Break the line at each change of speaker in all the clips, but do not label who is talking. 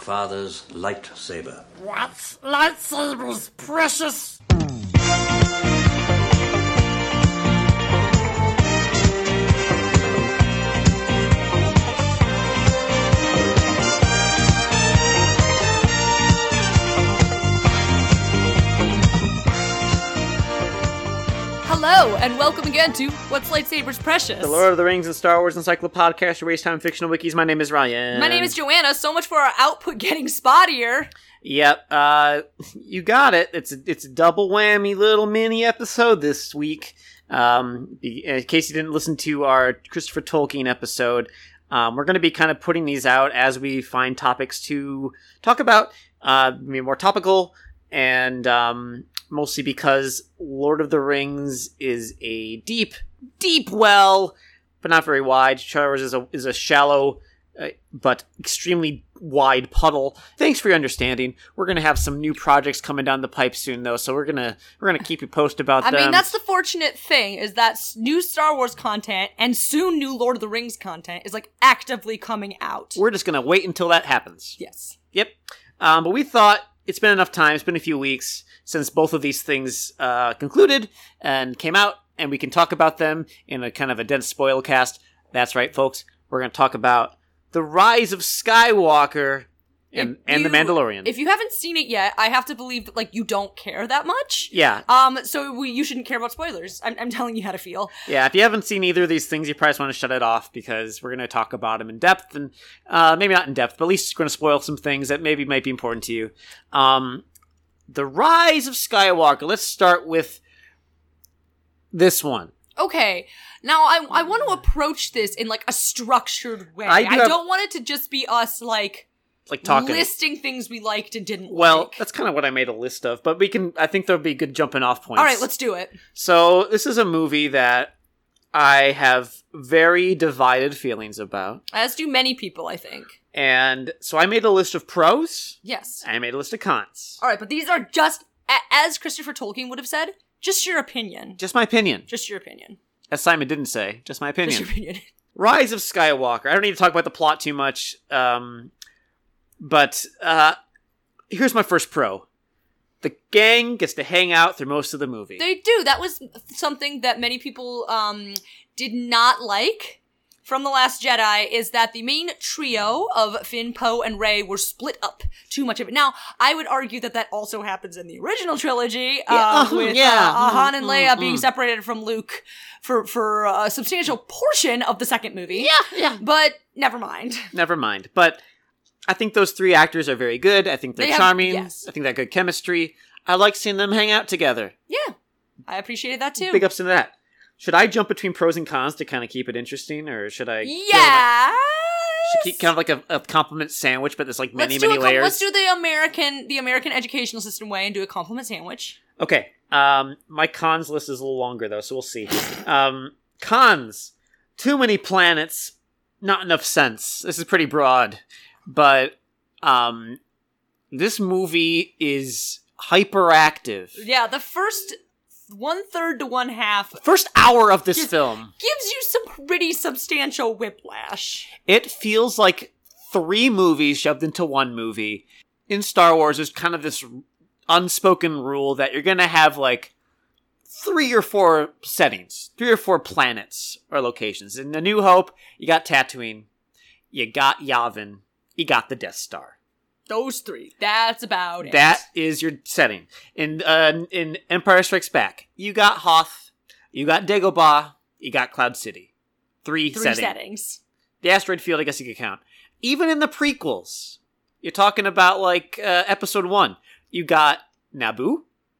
father's lightsaber.
What? Lightsabers, precious!
Hello, and welcome again to What's Lightsabers Precious.
The Lord of the Rings and Star Wars Encyclopedia Podcast, your waste time fictional wikis. My name is Ryan.
My name is Joanna. So much for our output getting spottier.
Yep, uh, you got it. It's a, it's a double whammy little mini episode this week. Um, be- in case you didn't listen to our Christopher Tolkien episode, um, we're going to be kind of putting these out as we find topics to talk about. Uh, I mean, more topical, and um, mostly because Lord of the Rings is a deep, deep well, but not very wide. Star Wars is a is a shallow uh, but extremely wide puddle. Thanks for your understanding. We're gonna have some new projects coming down the pipe soon, though, so we're gonna we're gonna keep you posted about
I
them.
mean, that's the fortunate thing is that s- new Star Wars content and soon new Lord of the Rings content is like actively coming out.
we're just gonna wait until that happens.
yes.
Yep. Um, but we thought it's been enough time. It's been a few weeks since both of these things uh, concluded and came out, and we can talk about them in a kind of a dense spoil cast. That's right, folks. We're going to talk about the rise of Skywalker
If
and, and the
you-
Mandalorian.
If you haven't seen it yet, I have to believe that like you don't care that much.
yeah,
Um, so we, you shouldn't care about spoilers. I'm, I'm telling you how to feel.
yeah. If you haven't seen either of these things, you probably just want to shut it off because we're going to talk about them in depth, and uh, maybe not in depth, but at least it's going to spoil some things that maybe might be important to you. Um, the rise of Skywalker. Let's start with this one.
Okay, now I, I want to approach this in like a structured way.
I
I,
do have-
don't want it to just be us like
Like talking.
listing things we liked and didn't
well,
like.
that's kind of what I made a list of, but we can. I think there'll be good jumping off points.
All right, let's do it.
So this is a movie that I have very divided feelings about,
As do many people, I think.
and so I made a list of pros.
Yes.
I made a list of cons.
All right, but these are just, a- as Christopher Tolkien would have said, just your opinion.
Just my opinion.
Just your opinion.
As Simon didn't say, just my
Just
opinion.
your opinion.
Rise of Skywalker. I don't need to talk about the plot too much, um, but uh, here's my first pro: the gang gets to hang out through most of the movie.
They do. That was something that many people um, did not like from The Last Jedi is that the main trio of Finn, Poe, and Rey were split up too much of it. Now, I would argue that that also happens in the original trilogy uh,
Yeah. uh-huh,
with
Yeah.
uh, Han and
Mm,
Leia
mm,
being
mm.
separated from Luke for, for a substantial portion of the second movie.
yeah.
But never mind.
Never mind. But I think those three actors are very good. I think they're
They have-
charming.
yes.
I think they have good chemistry. I like seeing them hang out together.
Yeah. I appreciated that too.
Big ups to that. Should I jump between pros and cons to kind of keep it interesting, or should I? go like-
yeah.
Should keep kind of like a, a compliment sandwich, but there's like many,
let's
many
do a, com-
layers.
Let's do the American the American educational system way and do a compliment sandwich.
Okay. Um, my cons list is a little longer though, so we'll see. Um, cons: too many planets, not enough sense. This is pretty broad, but um, this movie is hyperactive.
Yeah, the first one third to one half
First hour of this
Just-
film,
gives you some pretty substantial whiplash.
it feels like three movies shoved into one movie. In Star Wars, there's kind of this unspoken rule that you're gonna have like three or four settings, three or four planets or locations. In The New Hope, you got Tatooine, you got Yavin, you got the Death Star.
Those three. That's about it.
That is your setting. In uh, in Empire Strikes Back, you got Hoth, you got Dagobah, you got Cloud City. Three,
three
settings.
settings.
the asteroid field, I guess you could count. Even in the prequels, you're talking about like uh, episode one. You got Naboo,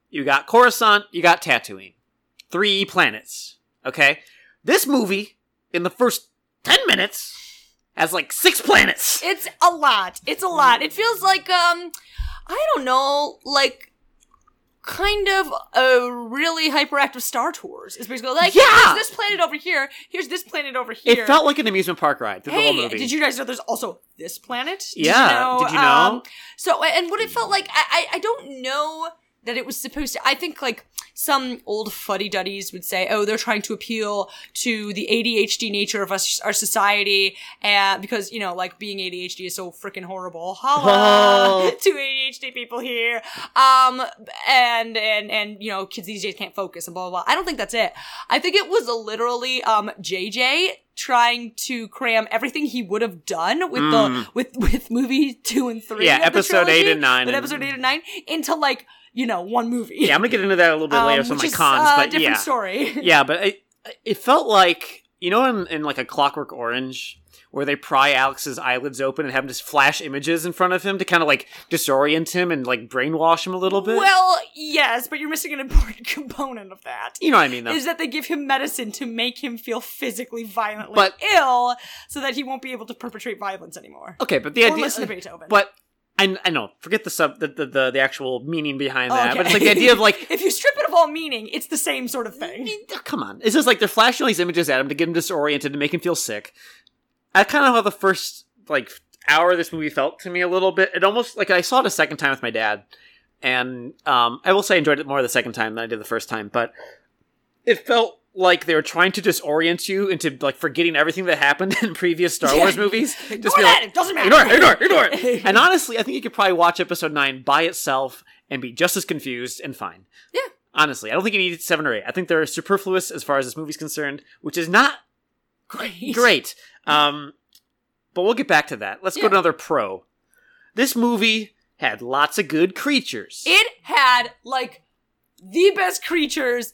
you got Coruscant, you got Tatooine. Three planets. Okay? This movie, in the first 10 minutes, has like six planets.
It's a lot. It's a lot. It feels like um I don't know, like kind of a really hyperactive Star Tours. Is basically like
Yeah!
here's this planet over here, here's this planet over here.
It felt like an amusement park ride through the
Hey,
whole movie.
did you guys know there's also this planet? Did um,
Yeah, did you know?
so, and what it felt like, I, I, I don't know that it was supposed to. I think like some old fuddy duddies would say, "Oh, they're trying to appeal to the ADHD nature of us, our society, uh, because you know, like being ADHD is so freaking horrible." Holla
Oh.
to ADHD people here, um, and and and you know, kids these days can't focus and blah blah. blah. I don't think that's it. I think it was literally um JJ trying to cram everything he would have done with the with with movie two and three.
Yeah,
of the
episode eight
trilogy,
and nine
With
and-
episode eight and nine into like you know one movie.
Yeah, I'm gonna get into that a little bit later.
Um,
Some of my
which is,
cons,
uh,
but
different
yeah,
story.
yeah, but it, it felt like you know in, in like a Clockwork Orange where they pry Alex's eyelids open and have him just flash images in front of him to kind of like disorient him and like brainwash him a little bit.
Well, yes, but you're missing an important component of that.
you know what I mean, though.
Is that they give him medicine to make him feel physically violently
But-
ill, so that he won't be able to perpetrate violence anymore.
okay, but the
or
idea,
listen to Beethoven.
but. I, I know. Forget the sub, the, the the the actual meaning behind
Oh,
that,
okay.
but it's like the idea of like
if you strip it of all meaning, it's the same sort of thing.
mean, come on. It's just like they're flashing all these images at him to get him disoriented to make him feel sick. I kind of how the first like hour of this movie felt to me a little bit. It almost like I saw it a second time with my dad, and um, I will say I enjoyed it more the second time than I did the first time. But it felt like they were trying to disorient you into like forgetting everything that happened in previous Star Wars movies. Just
Ignore that, it doesn't matter.
Ignore it. Ignore it. Ignore it. and honestly, I think you could probably watch Episode Nine by itself and be just as confused and fine.
Yeah.
Honestly, I don't think you need seven or eight. I think they're superfluous as far as this movie's concerned, which is not
Great.
great. Um, but we'll get back to that. Let's go
Yeah.
to another pro. This movie had lots of good creatures.
It had like the best creatures,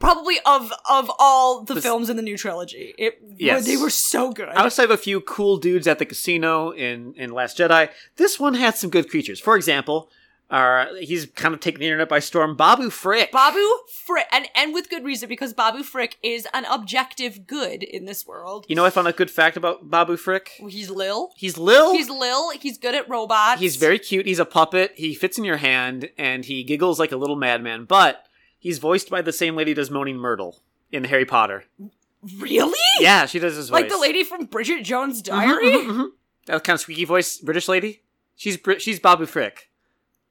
probably of of all the
This-
films in the new trilogy. It
Yes.
they were so good.
Outside of a few cool dudes at the casino in, in Last Jedi, this one had some good creatures. For example, uh, he's kind of taking the internet by storm. Babu Frick.
Babu Frick, and and with good reason because Babu Frick is an objective good in this world.
you know, I found a good fact about Babu Frick.
He's Lil.
He's Lil.
He's Lil. He's good at robots.
He's very cute. He's a puppet. He fits in your hand and he giggles like a little madman. But he's voiced by the same lady who does Moaning Myrtle in Harry Potter.
really
Yeah, she does his voice.
like the lady from Bridget Jones'
Mhm,
Diary.
mhm, mhm. That kind of squeaky voice, British lady. She's Brit- she's Babu Frick,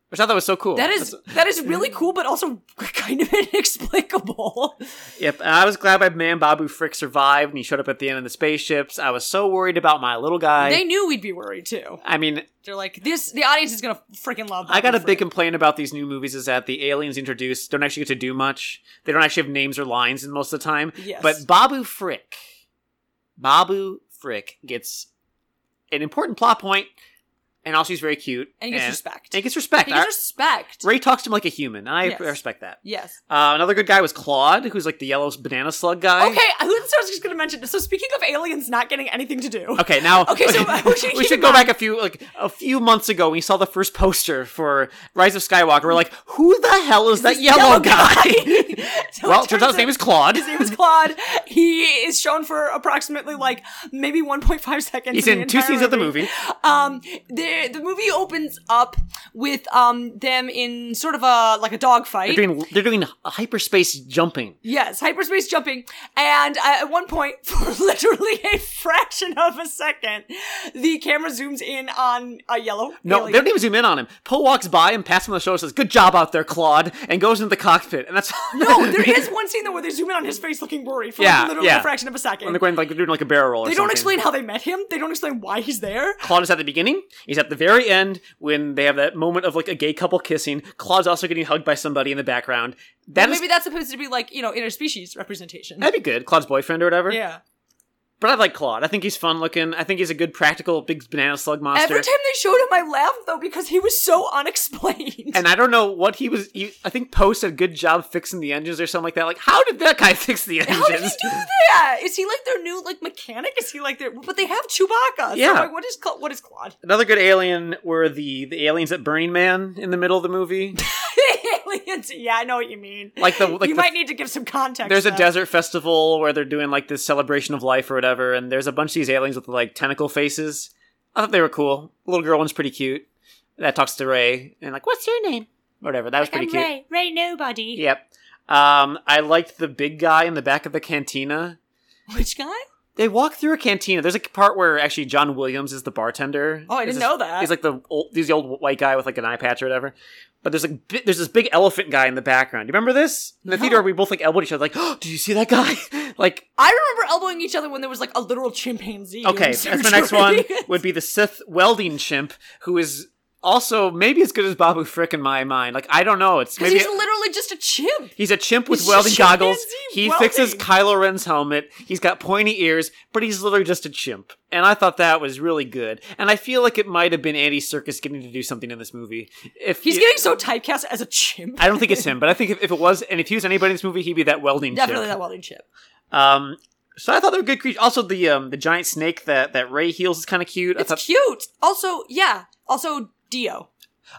which I thought was so cool.
That is
That's-
that is really cool, but also kind of inexplicable.
yep. and I was glad my man Babu Frick survived and he showed up at the end of the spaceships. I was so worried about my little guy.
they knew we'd be worried too.
I mean,
They're like, this. The audience is gonna freaking love.
I got
Babu
a big
Frick.
complaint about these new movies is that the aliens introduced don't actually get to do much. They don't actually have names or lines in most of the time.
Yes.
But Babu Frick, Babu Frick gets an important plot point, and also he's very cute
And he gets respect.
And he gets respect.
He gets
I-
respect.
Ray talks to him like a human, and I
Yes.
respect that.
yes.
Uh, another good guy was Claude, who's like the yellow banana slug guy.
Okay, I was I was just gonna mention. So speaking of aliens not getting anything to do,
Okay, now
Okay, so we should keep in
go
mind-
back a few like a few months ago. We saw the first poster for Rise of Skywalker. We're like, who the hell is that
this yellow
yellow, guy?
So
well,
it
turns out his name is Claude.
His name is Claude. He is shown for approximately like maybe 1.5 seconds.
He's
the
in two
entire
scenes of the movie.
Um, the the movie opens up with um them in sort of a like a dogfight.
They're doing they're doing hyperspace jumping.
Yes, hyperspace jumping. And uh, at one point, for literally a fraction of a second, the camera zooms in on a yellow.
No,
alien.
they don't even zoom in on him. Poe walks by and pats him on the shoulder, says, "Good job out there, Claude," and goes into the cockpit. And that's
No, there is one scene though where they zoom in on his face looking worried for
Yeah,
like, literally
yeah.
a fraction of a second.
when they're going like they're doing like a barrel roll. or
they don't
something.
explain how they met him. They don't explain why he's there.
Claude is at the beginning. He's at the very end when they have that moment of like a gay couple kissing. Claude's also getting hugged by somebody in the background. That is-
Maybe that's supposed to be like you know interspecies representation.
that'd be good. Claude's boyfriend or whatever.
Yeah.
But I like Claude. I think he's fun looking. I think he's a good practical big banana slug monster.
Every time they showed him, I laughed though because he was so unexplained.
and I don't know what he was. He, I think Poe said good job fixing the engines or something like that. Like, how did that guy fix the engines?
how did he do that? Is he like their new like mechanic? Is he like their? But they have Chewbacca.
Yeah.
So like, what is Cla- what is Claude?
Another good alien were the the aliens at Burning Man in the middle of the movie.
Aliens. Yeah, I know what you mean.
Like the- like
you
the-
might need to give some context.
There's a
though.
desert festival where they're doing like this celebration of life or whatever, and there's a bunch of these aliens with like tentacle faces. I thought they were cool. The little girl one's pretty cute. That talks to Ray and like, what's your name? Whatever. That was pretty cute.
Ray, Ray, nobody.
Yep. Um, I liked the big guy in the back of the cantina.
Which guy?
They walk through a cantina. There's a part where actually John Williams is the bartender.
Oh, I
There's
didn't
this-
know that.
He's like the old, he's the old white guy with like an eye patch or whatever. But there's like bi- there's this big elephant guy in the background. You remember this? In the theater, we both like elbowed each other, like, "Oh, did you see that guy?" like,
I remember elbowing each other when there was like a literal chimpanzee. doing
okay, that's my next one
surgery.
would be the Sith welding chimp, who is also maybe as good as Babu Frick in my mind. Like, I don't know. It's
'Cause
maybe
he's literally just a chimp.
He's a chimp with
He's
welding
just a
goggles.
chimpanzee
He
welding.
fixes Kylo Ren's helmet. He's got pointy ears, but he's literally just a chimp. And I thought that was really good. And I feel like it might have been Andy Circus getting to do something in this movie. If
He's
it-
getting so typecast as a chimp.
I don't think it's him, but I think if, if it was, and if he was anybody in this movie, he'd be that welding
Definitely
chimp.
that welding chip.
Um, so I thought they were good creatures. Also, the um, the giant snake that that Ray heals is kind of cute. I
It's
thought,
cute. Also, yeah. Also, Dio.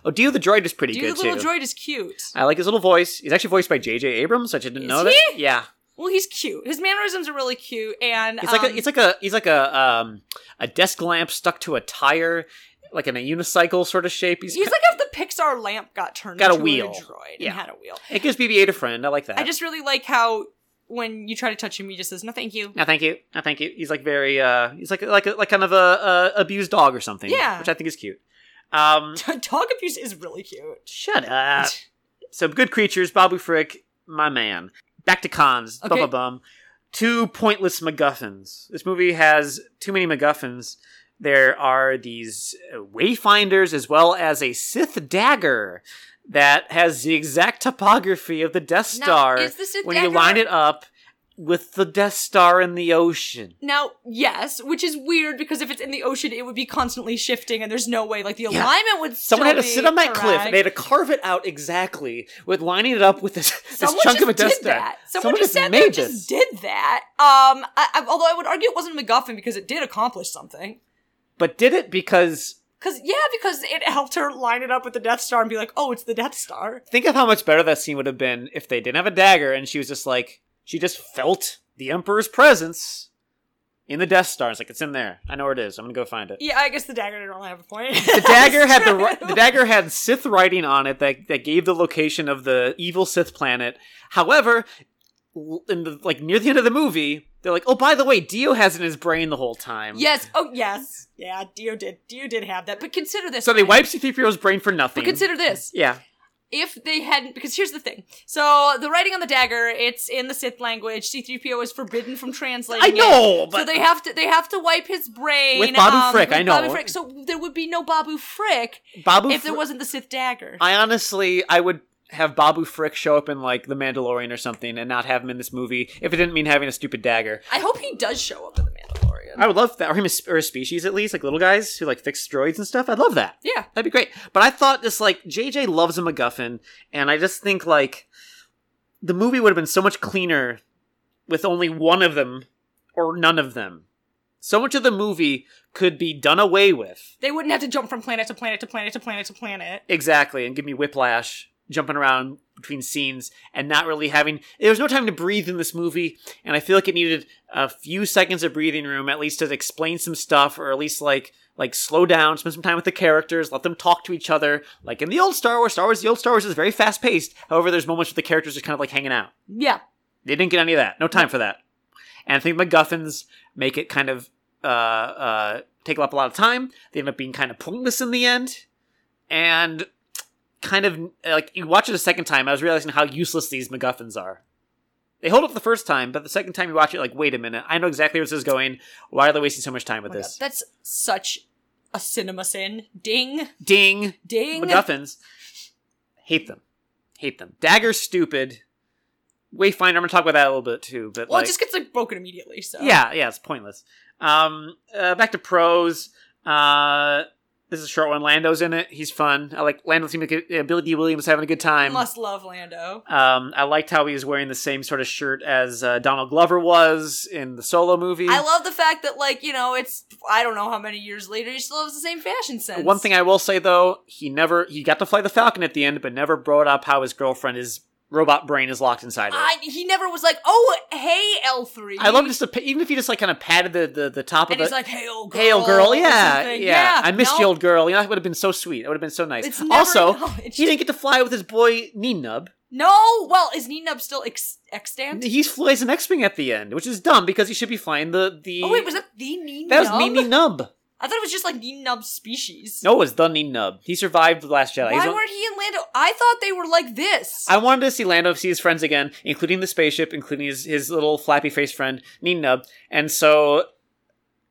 oh, Dio the droid is pretty
Dio
good
the little
too.
droid is cute.
I like his little voice. He's actually voiced by J.J. Abrams. I didn't
Is
know that.
he?
Yeah,
Well, he's cute. His mannerisms are really cute, and
It's like a,
um,
it's like a he's like a um a desk lamp stuck to a tire, like in a unicycle sort of shape. He's,
he's like if the Pixar lamp got turned
Got a
into
wheel.
droid
Yeah.
and had a wheel.
it gives BB-8 a friend. I like that.
I just really like how when you try to touch him, he just says no, thank you.
no, thank you, no, thank you. He's like very uh he's like like like kind of a, a abused dog or something.
Yeah.
which I think is cute. Um,
Dog abuse is really cute.
shut up. So good creatures, Babu Frick, my man. Back to cons. Bum
Okay.
bum bum. Two pointless MacGuffins. This movie has too many MacGuffins. There are these uh, wayfinders as well as a Sith dagger that has the exact topography of the Death
Now,
Star
is the Sith
when you
dagger-
line it up with the Death Star in the ocean.
Now, yes, which is weird because if it's in the ocean, it would be constantly shifting, and there's no way like the alignment would. Still
Someone had to
be
sit on that cliff
correct.
and they had to carve it out exactly with lining it up with this, this
Someone
chunk
just
of a Death
did
Star.
that. Someone, just sat
made
there and
this.
just did that. Um, I, I, although I would argue it wasn't a MacGuffin because it did accomplish something.
but did it because
Cause yeah, because it helped her line it up with the Death Star and be like, oh, it's the Death Star.
think of how much better that scene would have been if they didn't have a dagger and she was just like she just felt the emperor's presence in the death star it's like it's in there i know where it is i'm gonna go find it
Yeah, I guess the dagger didn't really have a point.
the dagger had the, ri- the dagger had sith writing on it that, that gave the location of the evil sith planet however l- in the, like near the end of the movie they're like oh by the way dio has it in his brain the whole time
yes. Oh yes. Yeah, Dio did. Dio did have that. But consider this.
so they wipe c3po's brain for nothing
But consider this.
yeah
If they hadn't, because here's the thing. So the writing on the dagger, it's in the Sith language. C-3PO is forbidden from translating.
i
it.
know but
so they have to they have to wipe his brain
With Babu
um,
Frick,
with
I know.
Babu Frick. So there would be no Babu Frick
babu
if there
Fr-
wasn't the Sith dagger.
I honestly, I would have Babu Frick show up in like The Mandalorian or something, and not have him in this movie if it didn't mean having a stupid dagger.
I hope he does show up in the Mandalorian.
I would love that, or him as, or his species at least, like little guys who like fix droids and stuff. I'd love that.
yeah.
That'd be great. But I thought just like JJ loves a MacGuffin, and I just think like the movie would have been so much cleaner with only one of them or none of them. So much of the movie could be done away with.
They wouldn't have to jump from planet to planet to planet to planet to planet.
Exactly, and give me whiplash jumping around between scenes and not really having there was no time to breathe in this movie and I feel like it needed a few seconds of breathing room at least to explain some stuff or at least like like slow down spend some time with the characters let them talk to each other like in the old Star Wars Star Wars the old Star Wars is very fast paced however there's moments where the characters are kind of like hanging out
Yeah.
they didn't get any of that no time for that and I think MacGuffins make it kind of uh, uh, take up a lot of time. They end up being kind of pointless in the end, and kind of like you watch it a second time. I was realizing how useless these MacGuffins are. They hold up the first time, but the second time you watch it, like, wait a minute, I know exactly where this is going. Why are they wasting so much time with
Oh my God,
this?
that's such a cinema sin. Ding.
Ding,
Ding.
MacGuffins, hate them, hate them. Dagger's stupid. Wayfinder, I'm gonna talk about that a little bit too. But
Well,
like,
it just gets like broken immediately. So
Yeah, yeah, it's pointless. Um, uh, back to pros. Uh, this is a short one. Lando's in it. He's fun. I like Lando seemed like uh, Billy D. Williams having a good time.
Must love Lando.
Um, I liked how he was wearing the same sort of shirt as uh, Donald Glover was in the solo movie.
I love the fact that like you know it's I don't know how many years later he still has the same fashion sense.
one thing I will say though, he never he got to fly the Falcon at the end, but never brought up how his girlfriend is robot brain is locked inside it.
I, he never was like oh hey L three.
I love just the, even if he just like kind of patted the the, the top
and
of
he's
the
like hey old girl.
Hey, old girl.
or
Yeah, yeah,
something.
I missed
no,
you, old girl. You know, that would have been so sweet. That would have been so nice.
It's never
also,
acknowledged.
he didn't get to fly with his boy Ninub.
No, well, is Ninub still ex- extant?
He flies an X-wing at the end, which is dumb because he should be flying the the.
Oh wait, was that the Ninub?
that was Nini Nub?
I thought it was just like Ninub species.
No, it was the Nini Nub. He survived the Last Jedi. He's
Why
on-
weren't he and Lando? I thought they were like this.
I wanted to see Lando see his friends again, including the spaceship, including his, his little flappy faced friend, Neen Nub. And so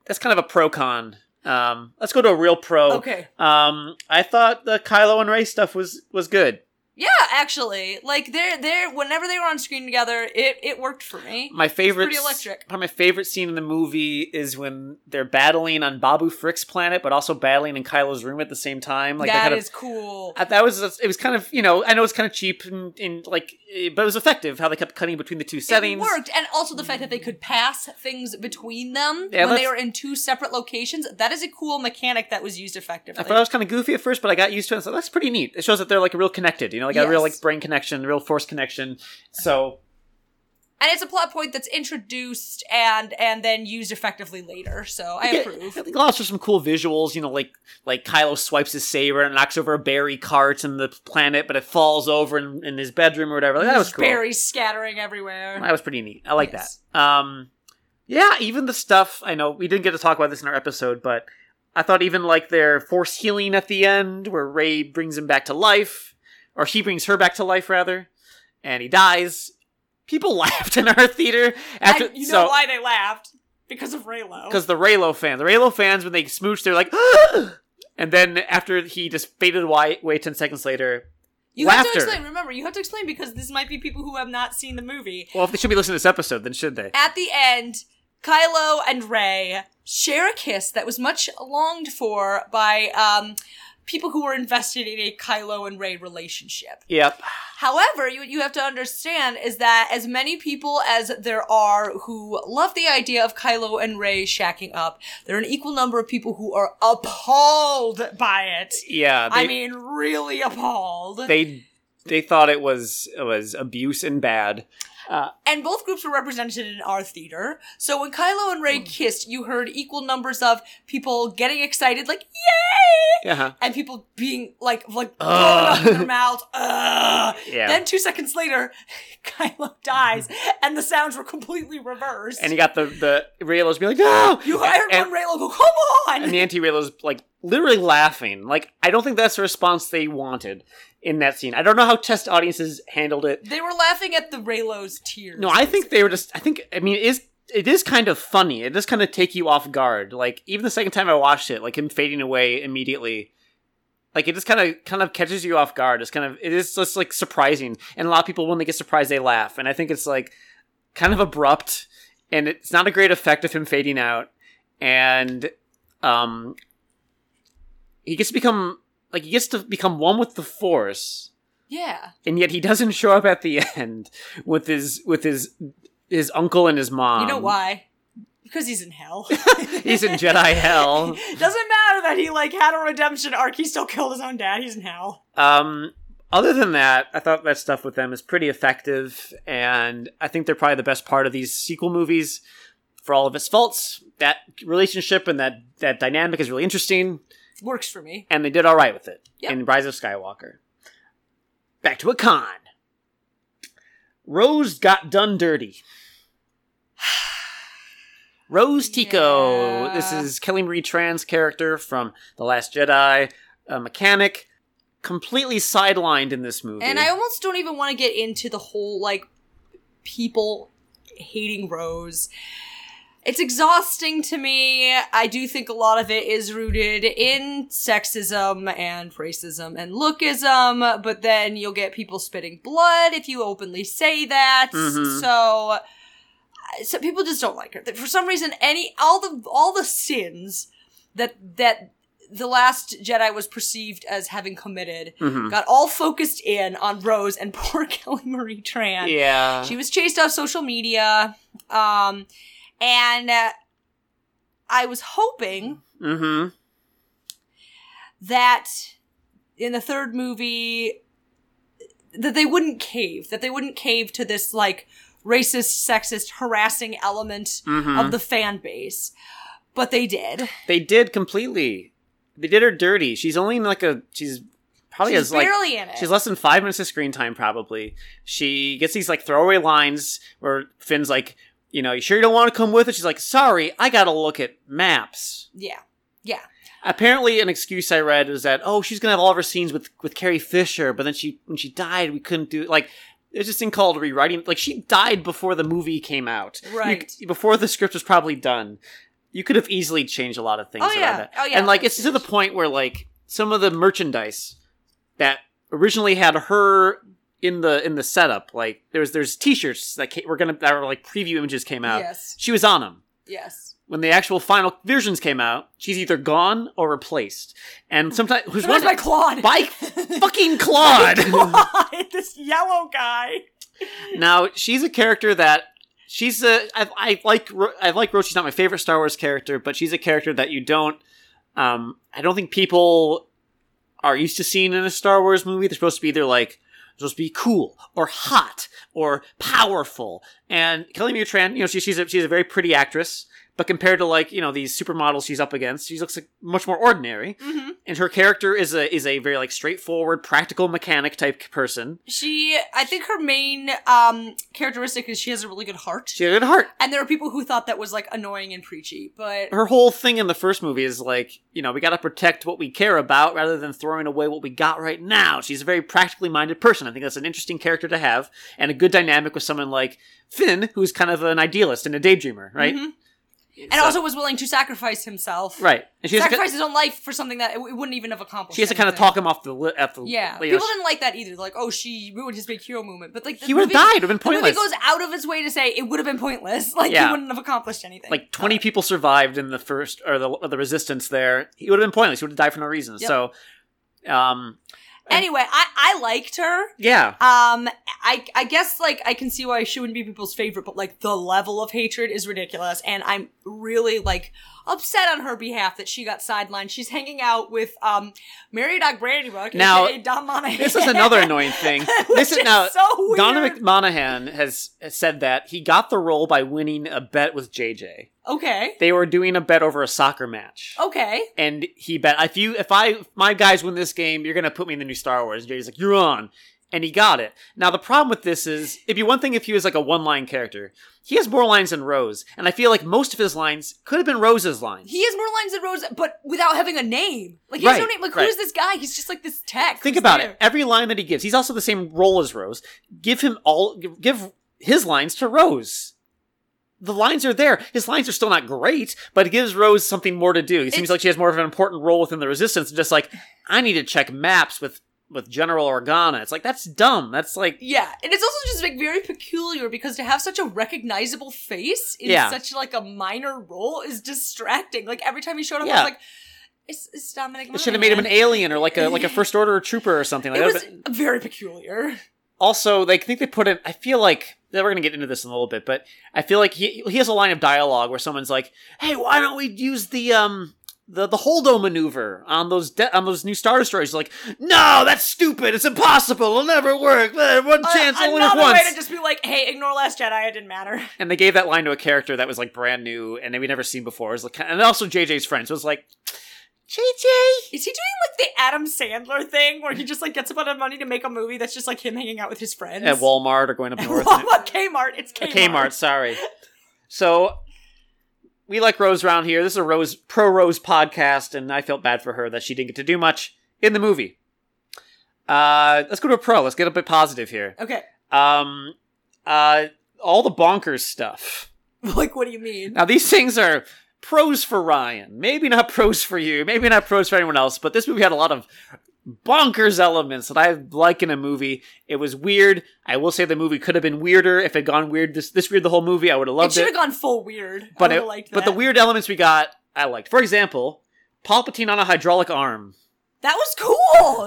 that's kind of a pro con. Um, let's go to a real pro.
okay.
Um, I thought the Kylo and Ray stuff was was good.
Yeah, actually, like they're they're whenever they were on screen together, it it worked for me.
My favorite,
pretty electric.
Probably my favorite scene in the movie is when they're battling on Babu Frick's planet, but also battling in Kylo's room at the same time. Like they
that
had a-
is cool.
Uh, that was it was kind of you know I know it's kind of cheap and, and like eh, but it was effective how they kept cutting between the two settings.
It worked, and also the fact that they could pass things between them
Yeah,
when they
that's-
were in two separate locations. That is a cool mechanic that was used effectively.
I thought it was kind of goofy at first, but I got used to it. So that's pretty neat. It shows that they're like real connected, you know, like a real
Yes.
like brain connection, real force connection. So
and it's a plot point that's introduced and and then used effectively later. So I
yeah,
approve.
I think also some cool visuals, you know, like like Kylo swipes his saber and knocks over a berry cart and the planet, but it falls over in, in his bedroom or whatever. Like, that was
There's
cool.
Berries scattering everywhere.
That was pretty neat. I like
Yes.
that. Um, yeah, even the stuff I know we didn't get to talk about this in our episode, but I thought even like their force healing at the end, where Ray brings him back to life, or he brings her back to life rather, and he dies. People laughed in our theater after
And you know
so
why they laughed? Because of Raylo.
because the Raylo fans, the Raylo fans, when they smooch, they're like, "Ah!" and then after he just faded away, away ten seconds later.
You have to
laughter.
explain. Remember, you have to explain because this might be people who have not seen the movie.
Well, if they should be listening to this episode, then should they?
At the end, Kylo and Rey share a kiss that was much longed for by um, people who were invested in a Kylo and Rey relationship.
Yep.
However, you, you have to understand is that as many people as there are who love the idea of Kylo and Rey shacking up, there are an equal number of people who are appalled by it.
Yeah.
I
they-
mean, really appalled.
they they thought it was it was abuse and bad.
and both groups were represented in our theater. So when Kylo and Ray
Hmm.
kissed, you heard equal numbers of people getting excited, like "yay!"
Uh-huh.
and people being like, like
Ugh.
blowing up their mouth. Ugh.
Yeah.
Then two seconds later, Kylo dies, and the sounds were completely reversed.
And you got the the Raylos be like, no,
you heard
and,
one Raylo go, "Come on!"
and the anti Raylos like literally laughing. Like I don't think that's the response they wanted in that scene. I don't know how test audiences handled it.
they were laughing at the Raylo's tears.
No, I think they were just. I think I mean it is it is kind of funny. It does kind of take you off guard. Like even the second time I watched it, like him fading away immediately. Like it just kind of kind of catches you off guard. It's kind of it is just like surprising, and a lot of people when they get surprised they laugh, and I think it's like kind of abrupt, and it's not a great effect of him fading out, and um, he gets to become like he gets to become one with the force,
yeah.
and yet he doesn't show up at the end with his with his his uncle and his mom.
You know why? Because he's in hell.
He's in Jedi hell.
Doesn't matter that he like had a redemption arc. He still killed his own dad. He's in hell.
Um, other than that, I thought that stuff with them is pretty effective, and I think they're probably the best part of these sequel movies. For all of its faults, that relationship and that that dynamic is really interesting,
Works for me.
and they did all right with it
Yeah.
in Rise of Skywalker. Back to a con. Rose got done dirty. Rose Tico.
Yeah.
This is Kelly Marie Tran's character from The Last Jedi, a mechanic, completely sidelined in this movie.
And I almost don't even want to get into the whole like people hating Rose. It's exhausting to me. I do think a lot of it is rooted in sexism and racism and lookism, but then you'll get people spitting blood if you openly say that.
Mhm.
So so people just don't like her. For some reason any all the all the sins that that the last Jedi was perceived as having committed
Mhm.
got all focused in on Rose and poor Kelly Marie Tran.
yeah.
She was chased off social media. Um, and uh, I was hoping
mm-hmm.
that in the third movie that they wouldn't cave, that they wouldn't cave to this like racist, sexist, harassing element
Mhm.
of the fan base. But they did.
They did completely. They did her dirty. She's only in like a. She's probably
She's
has like
barely in it.
she's less than five minutes of screen time probably. She gets these like throwaway lines where Finn's like, you know, you sure you don't want to come with? And she's like, sorry, I gotta look at maps.
yeah, yeah.
Apparently, an excuse I read was that oh, she's gonna have all of her scenes with with Carrie Fisher, but then she when she died, we couldn't do like there's this thing called rewriting. Like she died before the movie came out, You-
Right.
before the script was probably done, you could have easily changed a lot of things.
Oh,
around
yeah.
that.
Oh, yeah.
And like it's to the point where like some of the merchandise that originally had her in the in the setup, like there's there's T-shirts that ca- were gonna that were like preview images came out.
Yes.
she was on them
Yes.
when the actual final versions came out, she's either gone or replaced. And sometimes who's
Where's my Claude?
by fucking Claude.
this yellow guy.
now she's a character that she's a I, I like Ro- I like Roach. She's not my favorite Star Wars character, but she's a character that you don't. Um, I don't think people are used to seeing in a Star Wars movie. They're supposed to be either like supposed to be cool or hot or powerful. And Kelly Marie Tran, you know, she, she's a, she's a very pretty actress, but compared to like you know these supermodels she's up against, she looks like much more ordinary. And her character is a is a very like straightforward, practical mechanic type person.
She, I think her main um, characteristic is she has a really good heart.
She had a good heart.
and there are people who thought that was like annoying and preachy, but
her whole thing in the first movie is like, you know, we got to protect what we care about rather than throwing away what we got right now. She's a very practically minded person. I think that's an interesting character to have and a good dynamic with someone like Finn, who's kind of an idealist and a daydreamer, right?
Mm-hmm. and also was willing to sacrifice himself.
Right. And she has, to,
Sacrifice his own life for something that it it wouldn't even have accomplished.
she has to kind of
anything.
talk him off the li- off the
Yeah,
you know,
people
she-
didn't like that either. They're Like, oh, she ruined his big hero moment, but like the
He would've
movie-
died. It'd been pointless.
The movie goes out of its way to say it would have been pointless. Like
Yeah.
he wouldn't have accomplished anything.
like 20 people survived in the first or the, or the resistance there. He would have been pointless. He would have died for no reason.
Yep.
So um
anyway, I I liked her.
yeah.
Um, I I guess like I can see why she wouldn't be people's favorite, but like the level of hatred is ridiculous, and I'm really like upset on her behalf that she got sidelined. She's hanging out with um Mary Doc Brandybuck,
Now,
aka Don Monahan.
This is another annoying thing. this is,
is
now
so weird.
Donna McMonahan has, has said that he got the role by winning a bet with JJ.
okay,
They were doing a bet over a soccer match.
okay,
And he bet if you if I if my guys win this game, you're gonna put me in the new Star Wars. And JJ's like, You're on. And he got it. Now the problem with this is it'd be one thing if he was like a one line character. He has more lines than Rose, and I feel like most of his lines could have been Rose's lines.
he has more lines than Rose, but without having a name. Like he has
Right,
no name. Like
right.
who's this guy? He's just like this text.
Think about it. Every line that he gives, he's also the same role as Rose. Give him all. give- Give his lines to Rose. The lines are there. His lines are still not great, but it gives Rose something more to do. It seems
It's-
like she has more of an important role within the Resistance. than Just like I need to check maps with with General Organa. It's like that's dumb. That's like
Yeah, and it's also just like very peculiar because to have such a recognizable face in
Yeah.
such like a minor role is distracting. Like every time he showed up, I
Yeah.
was like, "It's, it's Dominic."
it should have made him an
Monaghan."
alien or like a like a First Order trooper or something. Like
It
that.
was
But-
very peculiar.
also like I think they put in I feel like yeah, we're gonna get into this in a little bit, but I feel like he he has a line of dialogue where someone's like, Hey, why don't we use the um the the holdo maneuver on those de- on those new star destroyers? He's like, no, that's stupid. It's impossible. It'll never work. Eh, One chance,
Uh,
only work
another way
once.
to just be like, "Hey, ignore Last Jedi. It didn't matter."
and they gave that line to a character that was like brand new and that we would never seen before. It was like, and also JJ's friend. So it's like, JJ.
Is he doing like the Adam Sandler thing where he just like gets a bunch of money to make a movie that's just like him hanging out with his friends
At Walmart or going up north.
Walmart, Kmart. It's
A
Kmart.
Kmart, sorry. So we like Rose around here. This is a Rose pro Rose podcast, and I felt bad for her that she didn't get to do much in the movie. Uh, let's go to a pro. Let's get a bit positive here.
Okay,
Um, uh, all the bonkers stuff.
like what do you mean?
Now these things are pros for Ryan. Maybe not pros for you. Maybe not pros for anyone else. But this movie had a lot of bonkers elements that I like in a movie. It was weird. I will say the movie could have been weirder if it had gone weird. This this weird the whole movie. I would have
It
loved
should have
it.
gone full weird. I
but
would
it,
have liked
but the
that.
weird elements we got, I liked. For example, Palpatine on a hydraulic arm.
that was cool.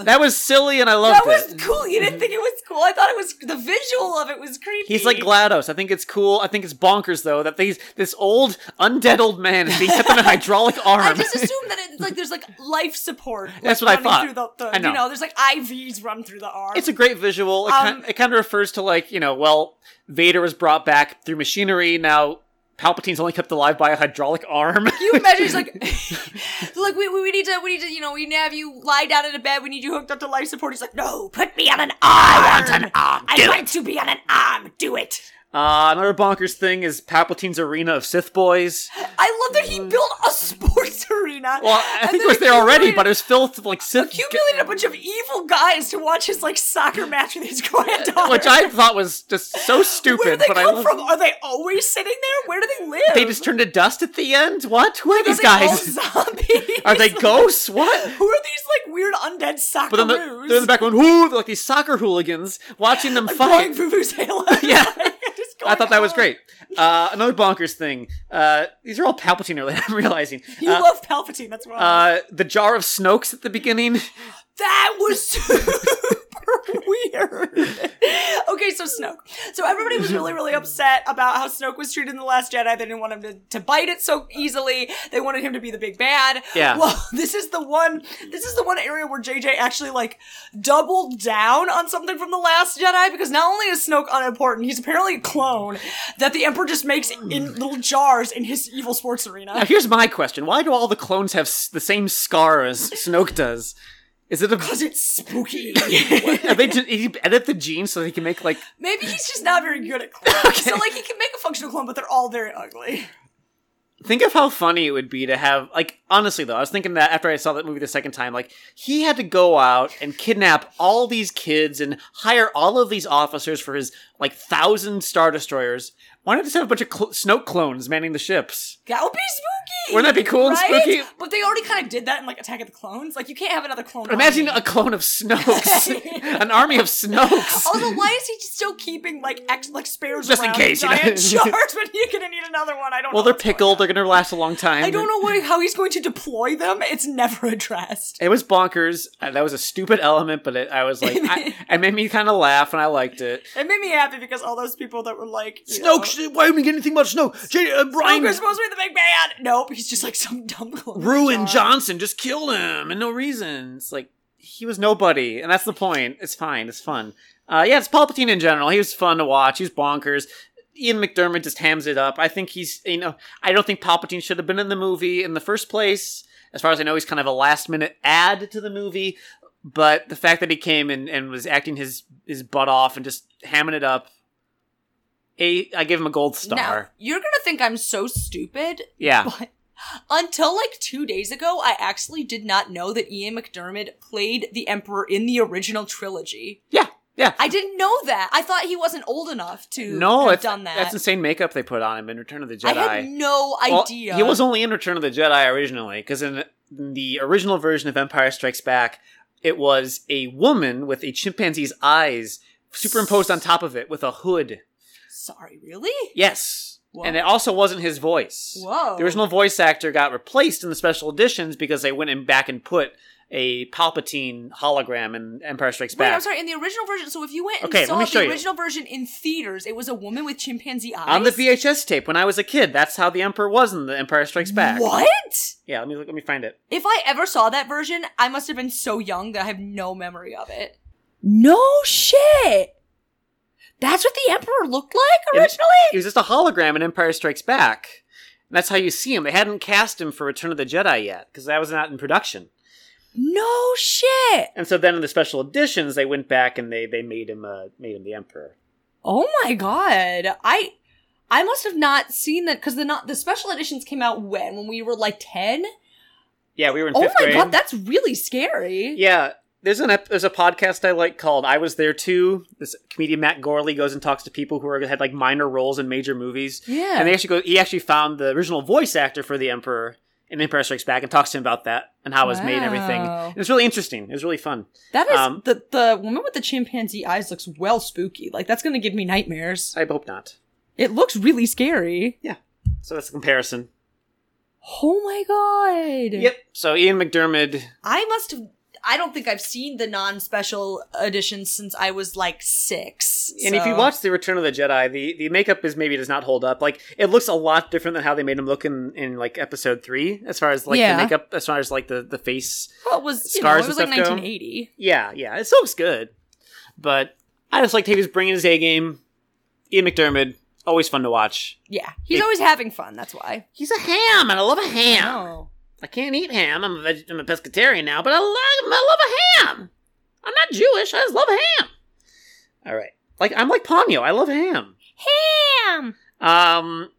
That was silly, and I loved
That was
it.
cool. You didn't think it was cool. I thought it was the visual of it was creepy.
He's like GLaDOS. I think it's cool. I think it's bonkers though that these this old undead old man is being kept on a hydraulic arm.
I just assume that it's like there's like life support. like,
That's what I
running
thought.
Through the, the,
I know.
You know, there's like IVs run through the arm.
It's a great visual. It,
Um,
kind, it kind of refers to like you know, well, Vader was brought back through machinery. Now Palpatine's only kept alive by a hydraulic arm.
Can you imagine? He's like, like we, we, we need to, we need to, you know, we need to have you lie down in a bed. We need you hooked up to life support. He's like, no, put me on an arm. I want an arm. I want to be on an arm. Do it.
Uh, another bonkers thing is Palpatine's arena of Sith boys.
I love that he built a sports arena.
Well, I
and
think
then
it was there already,
accumulated-
but it was filled with like Sith.
accumulated a bunch of evil guys to watch his like soccer match with his granddaughter.
which I thought was just so stupid.
Where do they
but I
come
love-
from? Are they always sitting there? Where do they live?
They just turned to dust at the end. What? Who are
Are
these
they
guys?
all zombies.
Are they
Like,
ghosts? What?
Who are these like weird undead soccer
But then the, they're in the back going, "Whoo!" They're like these soccer hooligans watching them
Going
fight.
Vuvuzela.
Yeah.
Just
I thought that was
going,
great. Uh, another bonkers thing. Uh, these are all Palpatine related. I'm realizing.
"Oh, You
Uh,
love Palpatine, that's why.
uh, the jar of Snoke's at the beginning.
That was super weird. okay, so Snoke. So everybody was really, really upset about how Snoke was treated in The Last Jedi. They didn't want him to, to bite it so easily. They wanted him to be the big bad.
Yeah.
Well, this is the one this is the one area where JJ actually like doubled down on something from The Last Jedi because not only is Snoke unimportant, he's apparently a clone that the Emperor just makes in little jars in his evil sports
Now,
arena.
here's my question: Why do all the clones have s- the same scar as Snoke does? Is it a
Because it's spooky.
are they, did he edit the genes so they can make like
Maybe he's just not very good at clones. So like he can make a functional clone, but they're all very ugly.
Think of how funny it would be to have, like, honestly though, I was thinking that after I saw that movie the second time, like, he had to go out and kidnap all these kids and hire all of these officers for his, like, thousand Star Destroyers. Why not just have a bunch of cl- Snoke clones manning the ships?
That would be spooky.
Wouldn't that be cool and
right?
spooky?
But they already kind of did that in like Attack of the Clones. Like you can't have another clone.
Imagine
army.
a clone of Snoke's, an army of Snoke's.
Also, why is he still keeping like ex- like spares
Just in
around
case, you know?
giant sharks when you're gonna need another one? I don't.
Well,
know
they're
what's going
pickled.
on.
They're gonna last a long time.
I don't know where, how he's going to deploy them. It's never addressed.
It was bonkers. Uh, That was a stupid element, but it, I was like, I, it made me kind of laugh, and I liked it.
It made me happy because all those people that were like you know,
Snoke, sh- why don't we get anything about Snoke? J- uh,
Snoke
Brian
was supposed to be the big man. Nope, he's just like some dumb clone.
ruin
Jar.
Johnson, just kill him and no reason. It's like he was nobody, and that's the point. It's fine, it's fun. Uh, yeah, it's Palpatine in general. He was fun to watch. He was bonkers. Ian McDermott just hams it up. I think he's, you know, I don't think Palpatine should have been in the movie in the first place. As far as I know, he's kind of a last minute add to the movie. But the fact that he came and, and was acting his his butt off and just hamming it up, a I give him a gold
Now,
star.
you're gonna think I'm so stupid,
yeah,
but until like two days ago, I actually did not know that Ian McDermott played the Emperor in the original trilogy.
yeah, yeah.
I didn't know that. I thought he wasn't old enough to
no,
have
it's,
done that.
That's insane makeup they put on him in Return of the Jedi.
I had no
Well,
idea.
he was only in Return of the Jedi originally, because in the original version of Empire Strikes Back, it was a woman with a chimpanzee's eyes superimposed on top of it with a hood.
Sorry, really?
Yes.
Whoa.
And it also wasn't his voice.
Whoa.
The original voice actor got replaced in the special editions because they went in back and put a Palpatine hologram in Empire Strikes
Wait,
Back.
I'm sorry. In the original version, so if you went and
Okay, let
saw
me show
the
you.
original version in theaters, it was a woman with chimpanzee eyes.
On the VHS tape when I was a kid, that's how the Emperor was in the Empire Strikes Back.
What?
Yeah, let me let me find it.
If I ever saw that version, I must have been so young that I have no memory of it. No shit. That's what the Emperor looked like
Yeah,
originally?
He was just a hologram in Empire Strikes Back. And that's how you see him. They hadn't cast him for Return of the Jedi yet, because that was not in production.
No shit.
And so then in the special editions, they went back and they, they made him uh, made him the Emperor.
Oh my god. I I must have not seen that because the not the special editions came out when? When we were like 10?
Yeah, we were in
Oh my
fifth grade.
god, that's really scary.
yeah, there's an ep- there's a podcast I like called "I Was There Too." This comedian Matt Gorley goes and talks to people who are, had like minor roles in major movies.
Yeah.
and they actually go. He actually found the original voice actor for the Emperor in Empire Strikes Back and talks to him about that and how it was made and everything.
Wow.
It was really interesting. It was really fun.
That is
um,
the the woman with the chimpanzee eyes looks well spooky. Like that's gonna give me nightmares.
I hope not.
It looks really scary.
Yeah. So that's the comparison.
Oh my god.
Yep. So Ian McDermott.
I must have. I don't think I've seen the non-special edition since I was like six.
And if you
so-
watch The Return of the Jedi, the, the makeup is maybe does not hold up. Like it looks a lot different than how they made him look in, in like episode three, as far as like
Yeah.
the makeup, as far as like the, the face.
well, it was you know, it
Scars and
was like
stuff go.
1980.
Yeah, yeah. It still looks good. But I just like he was bringing his A game. Ian McDermott, always fun to watch.
Yeah, he's always having fun. That's why.
He's a ham, and I love a ham.
Oh,
I can't eat ham. I'm a, veg- I'm a pescatarian now, but I love I love a ham. I'm not Jewish. I just love ham. All right, like I'm like Ponyo. I love ham.
ham.
Um,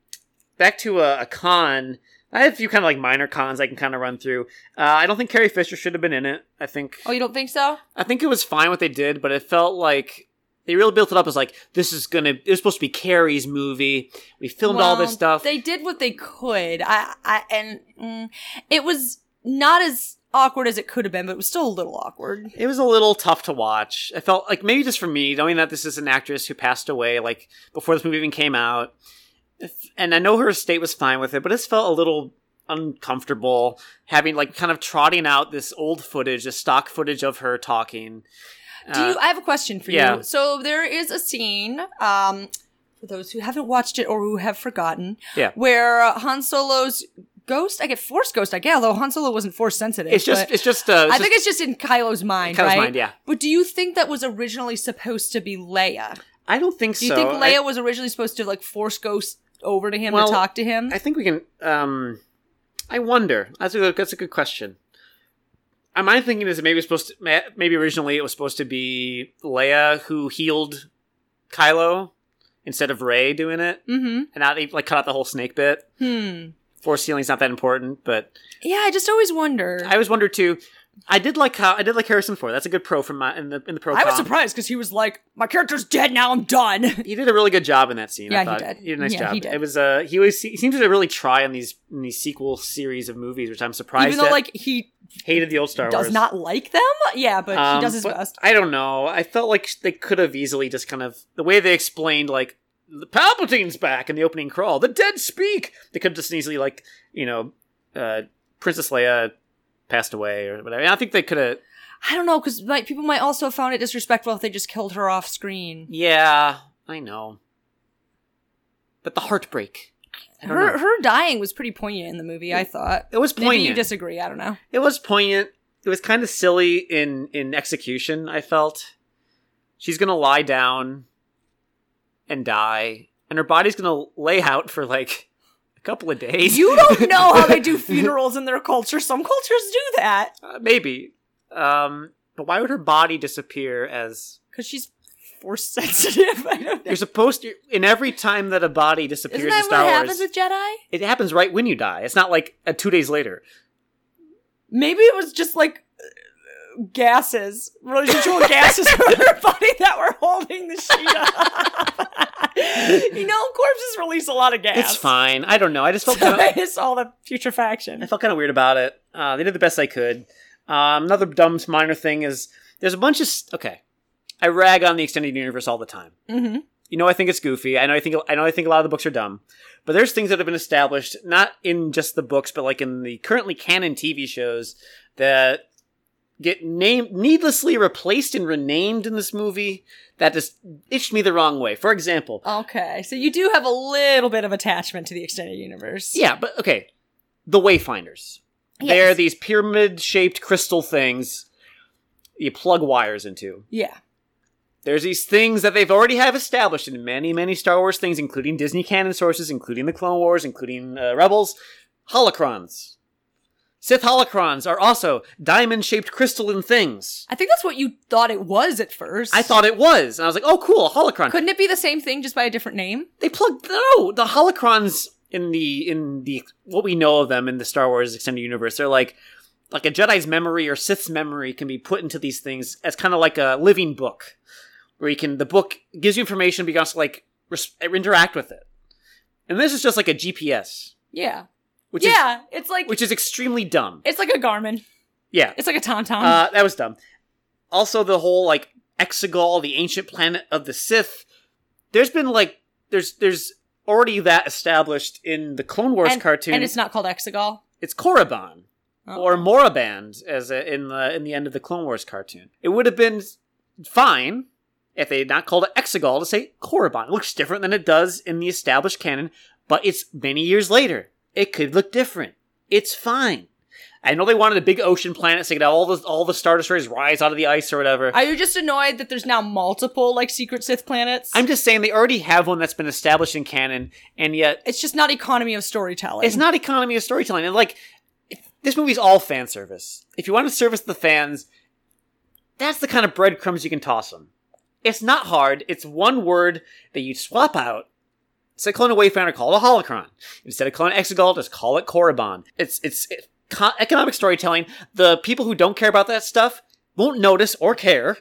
back to a, a con. I have a few kind of like minor cons I can kind of run through. Uh, I don't think Carrie Fisher should have been in it. I think
Oh, you don't think so?
I think it was fine what they did, but it felt like they really built it up as like this is gonna. It was supposed to be Carrie's movie. We filmed all this
Well,
stuff.
They did what they could. I, I, and mm, it was not as awkward as it could have been, but it was still a little awkward.
It was a little tough to watch. I felt like maybe just for me, knowing that this is an actress who passed away like before this movie even came out, if- and I know her estate was fine with it, but it just felt a little uncomfortable having like kind of trotting out this old footage, this stock footage of her talking.
Do you? I have a question for
Uh, yeah.
you. So there is a scene. Um, for those who haven't watched it or who have forgotten,
Yeah.
where uh, Han Solo's ghost, I get force ghost, I get, although Han Solo wasn't force sensitive.
it's just,
but-
it's just, uh,
I think it's just in Kylo's mind,
Kylo's
right?
mind, yeah.
But do you think that was originally supposed to be Leia?
I don't think
Do you
so.
think
I-
Leia was originally supposed to like force ghost over to him
Well,
to talk to him?
I think we can. Um, I wonder. That's a good, that's a good question. Uh, My thinking is that maybe it's supposed to ma- maybe originally it was supposed to be Leia who healed Kylo instead of Rey doing it,
mm-hmm.
and not even, like cut out the whole snake bit.
Hmm.
Force healing's not that important, but
Yeah, I just always wonder.
I
I,
always wonder too. I did like how I did like Harrison Ford. That's a good pro from my in the in the pro.
was
com.
surprised because he was like, "My character's dead now. I'm done."
He did a really good job in that scene.
Yeah,
I
he
thought.
did.
a nice
Yeah,
job.
he did.
It was uh, he always he seems to really try on these in these sequel series of movies, which I'm surprised.
Even though
at.
like he
hated the old Star Wars.
does not like them. Yeah, but
Um,
he does his
but
best.
I don't know. I felt like they could have easily just kind of the way they explained like the Palpatine's back in the opening crawl. The dead speak. They could have just easily like you know uh, Princess Leia passed away or whatever. I think they could have.
I don't know because like, people might also have found it disrespectful if they just killed her off screen.
Yeah, I know. But the heartbreak. I don't
Her
know.
her dying was pretty poignant in the movie. I thought.
It was
Maybe
poignant.
you disagree. I don't know.
It was poignant. It was kind of silly in in execution. I felt she's gonna lie down and die, and her body's gonna lay out for like a couple of days.
You don't know how they do funerals in their culture. Some cultures do that
Uh, maybe. Um, but why would her body disappear? As
because she's force sensitive. I don't know.
you're supposed to, in every time that a body disappears
Isn't that
in Star
what
Wars,
happens with Jedi?
it happens right when you die. It's not like uh two days later.
Maybe it was just like uh, gases, residual gases from her body that were holding the sheet up. you know, corpses release a lot of gas.
It's fine. I don't know. I just felt
So
kind of,
it's all the
I
putrefaction.
felt kind of weird about it. Uh, they did the best they could. Um, another dumb minor thing is there's a bunch of s okay. I rag on the extended universe all the time.
Mm-hmm.
You know I think it's goofy. I know I think I know I think a lot of the books are dumb, but there's things that have been established not in just the books, but like in the currently canon TV shows that get named needlessly replaced and renamed in this movie that just itched me the wrong way. For example,
Okay, so you do have a little bit of attachment to the extended universe.
Yeah, but okay. The Wayfinders. They're
Yes.
these pyramid shaped crystal things you plug wires into.
Yeah.
There's these things that they've already have established in many, many Star Wars things, including Disney canon sources, including the Clone Wars, including uh, Rebels. Holocrons. Sith holocrons are also diamond shaped crystalline things.
I think that's what you thought it was at first.
I thought it was, and I was like, oh, cool, a holocron.
Couldn't it be the same thing just by a different name?
they plugged no the holocrons in the in the what we know of them in the Star Wars extended universe they're like like a Jedi's memory or Sith's memory can be put into these things as kind of like a living book where you can the book gives you information but you can also like res- interact with it and this is just like a GPS
Yeah.
which
yeah, it's like
is which is extremely dumb
it's like a Garmin.
yeah
It's like a TomTom.
uh, that was dumb. Also, the whole like Exegol, the ancient planet of the Sith. There's been like there's there's already that established in the Clone Wars
and,
cartoon.
and it's not called Exegol.
it's Korriban
Oh.
or Moraband as a, in the in the end of the Clone Wars cartoon. It would have been fine if they had not called it Exegol to say Korriban. It looks different than it does in the established canon, but it's many years later. It could look different. It's fine. I know they wanted a big ocean planet so they could have all the all the star destroyers rise out of the ice or whatever.
Are you just annoyed that there's now multiple like secret Sith planets?
I'm just saying they already have one that's been established in canon, and yet
it's just not economy of storytelling.
It's not economy of storytelling. And like this movie's all fan service. If you want to service the fans, that's the kind of breadcrumbs you can toss them. It's not hard. It's one word that you swap out. Instead of calling a wayfinder, call it a holocron. Instead of calling it exegol, just call it korriban. It's it's it, co- economic storytelling. The people who don't care about that stuff won't notice or care.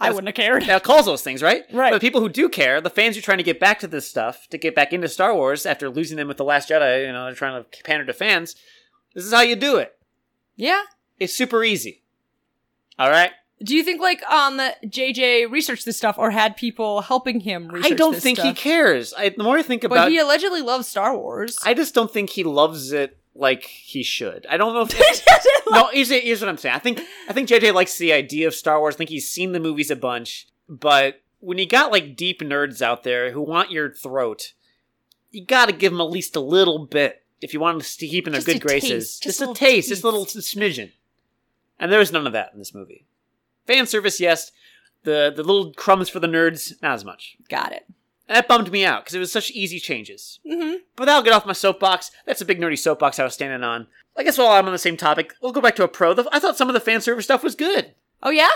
I wouldn't have cared.
Now it calls those things right.
Right.
But the people who do care, the fans who are trying to get back to this stuff, to get back into Star Wars after losing them with the Last Jedi, you know, they're trying to pander to fans. This is how you do it.
Yeah.
It's super easy. All right.
Do you think like um JJ researched this stuff or had people helping him research
I don't
this
think he
stuff?
cares. I, the more I think about,
But he allegedly loves Star Wars.
I just don't think he loves it like he should. I don't know if
no.
no, here's, here's what I'm saying. I think I think JJ likes the idea of Star Wars. I think he's seen the movies a bunch, but when you got like deep nerds out there who want your throat, you got to give them at least a little bit if you want them to keep in their
Just
good
a taste.
graces.
Just
Just,
a
a
little
taste, just
taste.
a little smidgen. And there was none of that in this movie. Fan service, yes. The the little crumbs for the nerds, not as much.
Got it.
And that bummed me out because it was such easy changes.
hmm
But that'll get off my soapbox. That's a big nerdy soapbox I was standing on. I guess while I'm on the same topic, we'll go back to a pro. The- I thought some of the fan service stuff was good.
Oh yeah.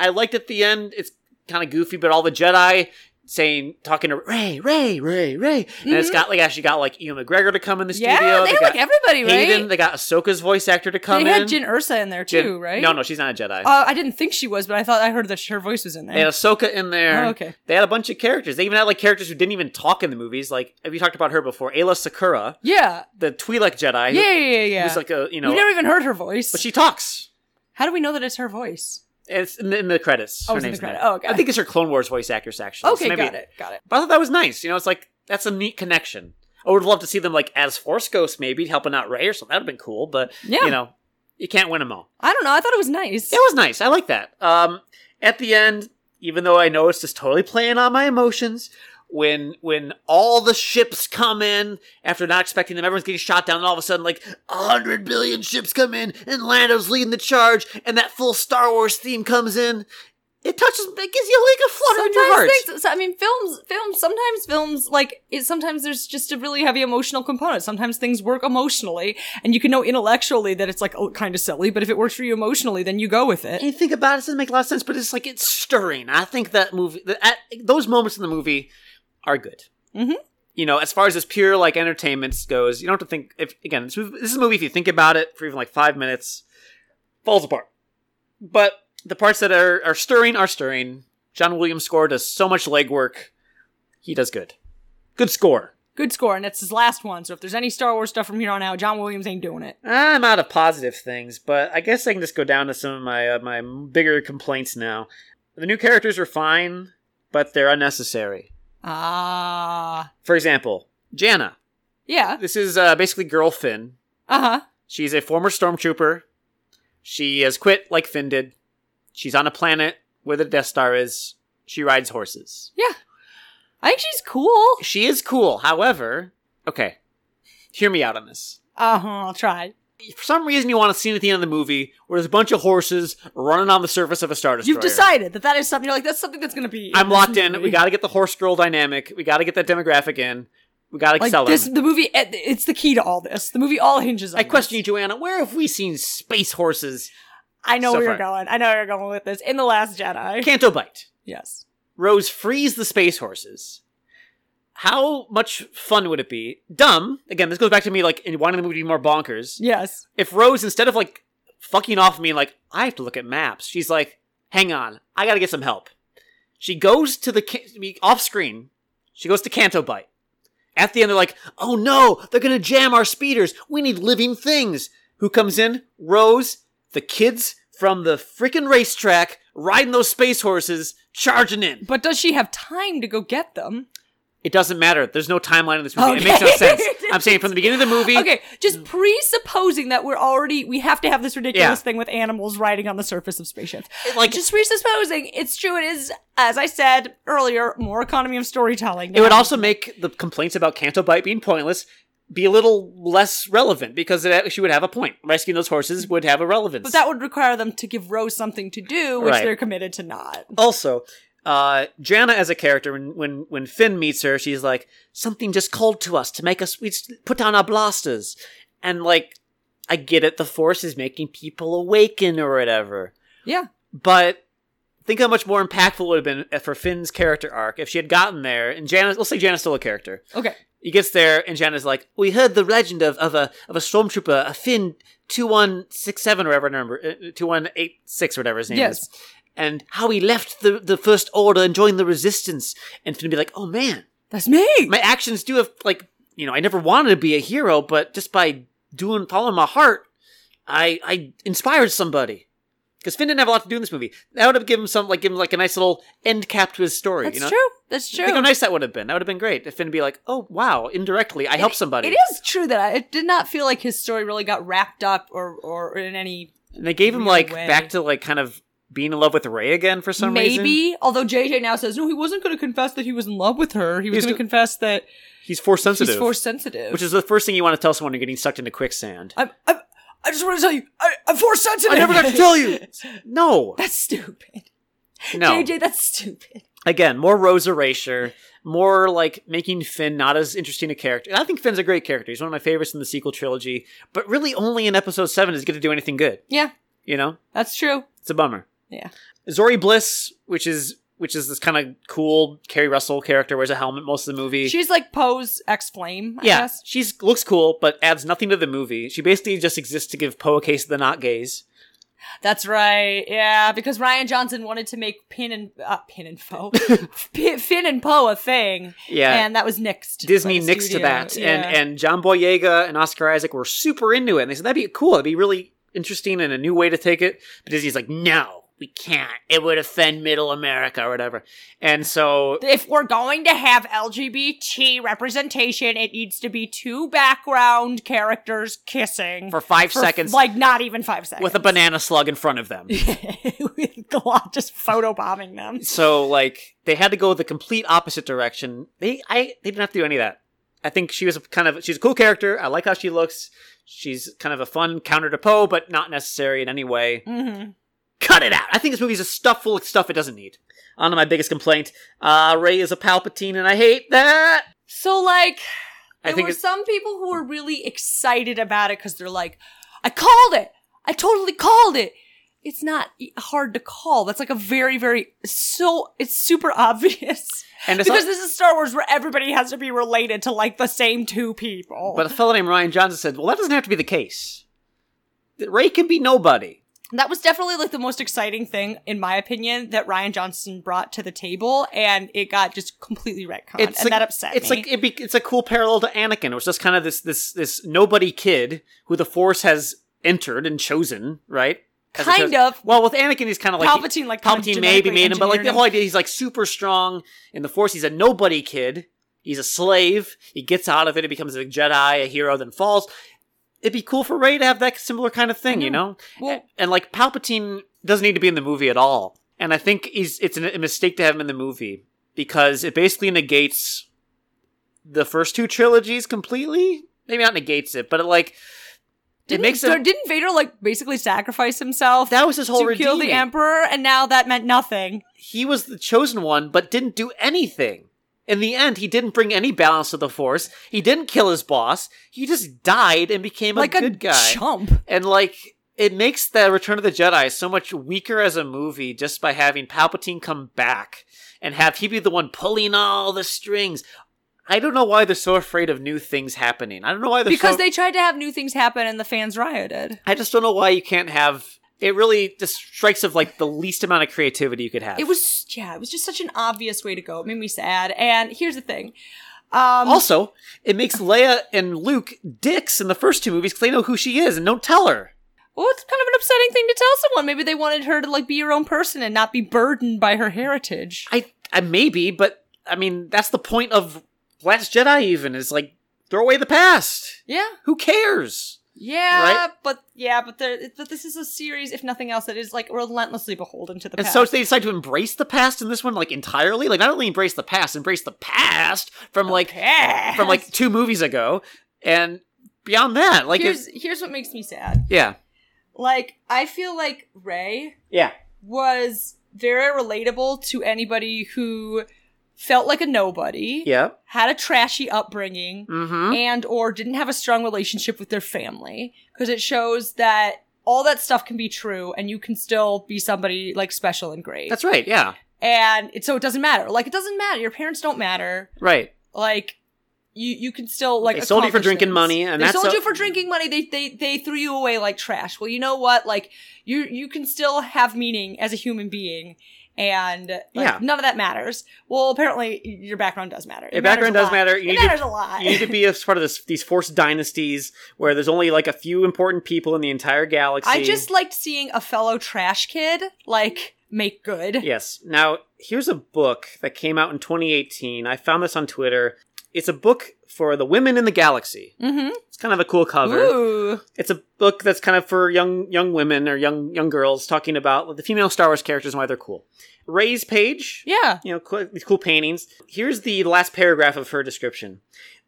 I liked at the end. It's kind of goofy, but all the Jedi saying, talking to Ray, Ray, Ray, Ray, and it's got like actually got like Ian McGregor to come in the
Mm-hmm. Yeah.
studio.
they had
got
like everybody, right?
Hayden. They got Ahsoka's voice actor to come
they had
in.
Jin Ursa in there too,
Jin-
right?
No, no, she's not a Jedi.
Uh, I didn't think she was, but I thought I heard that her voice was in
They had
there.
Ahsoka in there.
Oh, okay.
They had a bunch of characters. They even had like characters who didn't even talk in the movies. Like, have you talked about her before? Ayla Sakura,
Yeah.
the Twi'lek Jedi. who-
Yeah. Yeah. Yeah. yeah.
who's like a you know
We've never even heard her voice.
But she talks.
How do we know that it's her voice?
It's in the, in the credits.
Oh,
her
it's in the
name's in
credit.
there.
Oh, okay.
I think it's her Clone Wars voice actress, actually.
Okay,
So maybe-
got it. Got it.
But I thought that was nice. You know, it's like that's a neat connection. I would love to see them like as Force Ghosts, maybe helping out Ray or something. That'd have been cool. But
Yeah.
you know, you can't win them all.
I don't know. I thought it was nice.
It was nice. I like that. Um, at the end, even though I know it's just totally playing on my emotions, when when all the ships come in after not expecting them, everyone's getting shot down, and all of a sudden, like a hundred billion ships come in, and Lando's leading the charge, and that full Star Wars theme comes in. It touches, it gives you like a flutter in your heart.
Sometimes things, so, I mean, films, films, sometimes films, like, it, sometimes there's just a really heavy emotional component. Sometimes things work emotionally, and you can know intellectually that it's like, oh, kind of silly, but if it works for you emotionally, then you go with it.
and you think about it, it doesn't make a lot of sense, but it's like it's stirring. I think that movie, that, at, those moments in the movie, are good.
Mhm.
You know, as far as this pure like entertainment goes, you don't have to think. If again, this, mov- this is a movie. If you think about it for even like five minutes, falls apart. But the parts that are, are stirring are stirring. John Williams' score does so much legwork. He does good. Good score.
Good score, and it's his last one, so if there's any Star Wars stuff from here on out, John Williams ain't doing it.
I'm out of positive things, but I guess I can just go down to some of my uh, my bigger complaints now. The new characters are fine, but they're unnecessary.
Ah.
For example, Janna.
yeah.
This is uh, basically girl Finn.
Uh huh.
She's a former stormtrooper. She has quit like Finn did. She's on a planet where the Death Star is. She rides horses.
Yeah. I think she's cool.
She is cool, however. Okay, hear me out on this.
Uh huh, I'll try.
For some reason, you want a scene at the end of the movie where there's a bunch of horses running on the surface of a star destroyer.
You've decided that that is something, you're like, that's something that's gonna be.
I'm
this
locked in.
movie.
We got to get the horse girl dynamic. We got to get that demographic in. We got to
like
sell
this,
them.
the movie. it- It's the key to all this. The movie all hinges on.
I question
this.
you, Joanna. Where have we seen space horses?
I know
so
where you're
far.
going. I know where you're going with this. In the Last Jedi.
Canto Bite.
Yes.
Rose frees the space horses. How much fun would it be? Dumb. Again, this goes back to me like in wanting the movie to be more bonkers.
Yes.
If Rose, instead of like fucking off me, and like I have to look at maps, she's like, "Hang on, I got to get some help." She goes to the ca- off screen. She goes to Canto Bite. At the end, they're like, "Oh no, they're gonna jam our speeders. We need living things." Who comes in? Rose, the kids from the freaking racetrack, riding those space horses, charging in.
But does she have time to go get them?
It doesn't matter. There's no timeline in this movie. It
Okay.
makes no sense. I'm saying from the beginning of the movie.
Okay, just presupposing that we're already we have to have this ridiculous
Mm. Yeah.
thing with animals riding on the surface of spaceships.
like-
just presupposing it's true. It is, as I said earlier, more economy of storytelling.
It would also make the complaints about Canto Bite being pointless be a little less relevant because it, she would have a point. Rescuing those horses would have a relevance.
But that would require them to give Rose something to do, which
Right.
they're committed to not.
also, uh, Jana as a character, when, when when Finn meets her, she's like, "Something just called to us to make us. We just put down our blasters," and like, I get it. The Force is making people awaken or whatever.
Yeah.
But think how much more impactful it would have been for Finn's character arc if she had gotten there. And Jana, let's say Jana's still a character.
Okay.
He gets there, and Jana's like, "We heard the legend of, of a of a stormtrooper, a Finn two one six seven or whatever number, uh, two one eight six or whatever his name
Yes.
is, and how he left the the first order and joined the resistance." And Finn be like, "Oh man,
That's me.
my actions do have like you know I never wanted to be a hero, but just by doing following my heart, I I inspired somebody." Because Finn didn't have a lot to do in this movie. That would have given him some like give him like a nice little end cap to his story.
That's
you know?
true. That's true.
Think how nice that would have been. That would have been great. If Finn be like, oh wow, indirectly, I helped somebody.
It is true that I, it did not feel like his story really got wrapped up or or in any
And they gave him
Weird
like
way.
back to like kind of being in love with Ray again for some
maybe.
reason.
Although JJ now says no, he wasn't going to confess that he was in love with her. He was
He's
going to
go-
confess that
he's force sensitive,
he's force sensitive.
which is the first thing you want to tell someone you're getting sucked into quicksand.
I'm, I'm, I just want to tell you, I, I'm force sensitive.
I never got to tell you. No,
That's stupid.
no.
JJ, that's stupid.
Again, more rose erasure, more like making Finn not as interesting a character. And I think Finn's a great character. He's one of my favorites in the sequel trilogy. But really, only in episode seven does he get to do anything good.
Yeah,
You know,
that's true.
It's a bummer.
Yeah.
Zori Bliss, which is which is this kind of cool Carrie Russell character, wears a helmet most of the movie.
She's like Poe's ex flame. I
yeah,
guess.
she's looks cool, but adds nothing to the movie. She basically just exists to give Poe a case of the not gays.
That's right. Yeah, because Ryan Johnson wanted to make Pin and uh, Pin and Poe, P- Finn and Poe a thing,
Yeah,
and that was nixed. by
Disney
the
nixed to
studio.
that,
Yeah.
and and John Boyega and Oscar Isaac were super into it. And they said that'd be cool. It'd be really interesting and a new way to take it. But Disney's like, no, we can't. It would offend Middle America or whatever. And so
if we're going to have LGBT representation, it needs to be two background characters kissing
for five
for,
seconds,
like not even five seconds,
with a banana slug in front of them.
with the law just photobombing them.
So like they had to go the complete opposite direction. They I they didn't have to do any of that. I think she was a kind of she's a cool character. I like how she looks. She's kind of a fun counter to Poe, but not necessary in any way.
Mm-hmm.
Cut it out. I think this movie's a stuff full of stuff it doesn't need. On to my biggest complaint. Uh Ray is a Palpatine and I hate that.
So like,
I
there
think
were
it's
some people who were really excited about it because they're like, I called it. I totally called it. It's not e- hard to call. That's like a very, very so. It's super obvious
and it's
because
not-
this is Star Wars, where everybody has to be related to like the same two people.
but a fellow named Ryan Johnson said, "Well, that doesn't have to be the case. Ray can be nobody."
that was definitely like the most exciting thing, in my opinion, that Ryan Johnson brought to the table, and it got just completely retconned, and
like-
that upset
it's
me.
like it be, it's a cool parallel to Anakin. It was just kind of this this this nobody kid who the Force has entered and chosen, right? As opposed-
kind of
Well, with Anakin, he's kind of like
Palpatine, like kind of
Palpatine
genetically
maybe made him, but like the
engineered
whole idea, he's like super strong in the Force. He's a nobody kid. He's a slave. He gets out of it. He becomes a Jedi, a hero, then falls. It'd be cool for Ray to have that similar kind of thing, you know?
Well-
and like Palpatine doesn't need to be in the movie at all. And I think he's it's a mistake to have him in the movie because it basically negates the first two trilogies completely. Maybe not negates it, but it like
Didn't,
it makes
so
it.
didn't Vader like basically sacrifice himself
That was his whole
to kill the
redeeming.
Emperor, and now that meant nothing.
he was the chosen one, but didn't do anything. In the end, he didn't bring any balance to the force. He didn't kill his boss. He just died and became
like
a
a
good guy.
chump.
and like it makes the Return of the Jedi so much weaker as a movie just by having Palpatine come back and have he be the one pulling all the strings. I don't know why they're so afraid of new things happening. I don't know why they're
Because
so-
they tried to have new things happen and the fans rioted.
I just don't know why you can't have. It really just strikes of like the least amount of creativity you could have.
It was yeah, it was just such an obvious way to go. It made me sad. And here's the thing. Um
Also, it makes Leia and Luke dicks in the first two movies because they know who she is and don't tell her.
Oh, well, it's kind of an upsetting thing to tell someone. Maybe they wanted her to like be her own person and not be burdened by her heritage.
I, I maybe, but I mean that's the point of Last Jedi. Even is like throw away the past.
yeah.
Who cares?
Yeah,
Right?
but yeah, but there but this is a series if nothing else that is like relentlessly beholden to the
And
past.
so they decide to embrace the past in this one, like entirely. Like not only embrace the past, embrace the past from like
Past.
from like two movies ago. And beyond that, like,
here's
it,
here's what makes me sad.
yeah,
Like I feel like Ray
Yeah.
was very relatable to anybody who felt like a nobody,
yeah,
had a trashy upbringing,
mm-hmm.
and or didn't have a strong relationship with their family because it shows that all that stuff can be true and you can still be somebody like special and great.
That's right. Yeah,
and it, so it doesn't matter. Like it doesn't matter. Your parents don't matter.
right.
Like you you can still like
They sold you for
accomplish
drinking
things.
money, and
they
that's
sold
a-
you for drinking money. They they they threw you away like trash. Well, you know what? Like you you can still have meaning as a human being. And like,
Yeah.
none of that matters. Well, apparently your background does matter.
Your
It matters
background
a
does
lot.
matter. You
it
need to-
matters a lot.
You need to be a part of this, these forced dynasties where there's only like a few important people in the entire galaxy.
I just liked seeing a fellow trash kid like make good.
Yes. Now, here's a book that came out in 2018. I found this on Twitter. It's a book for the women in the galaxy.
Mm-hmm.
It's kind of a cool cover.
Ooh.
It's a book that's kind of for young young women or young young girls talking about the female Star Wars characters and why they're cool. Ray's page,
Yeah.
you know, cool, these cool paintings. Here's the last paragraph of her description.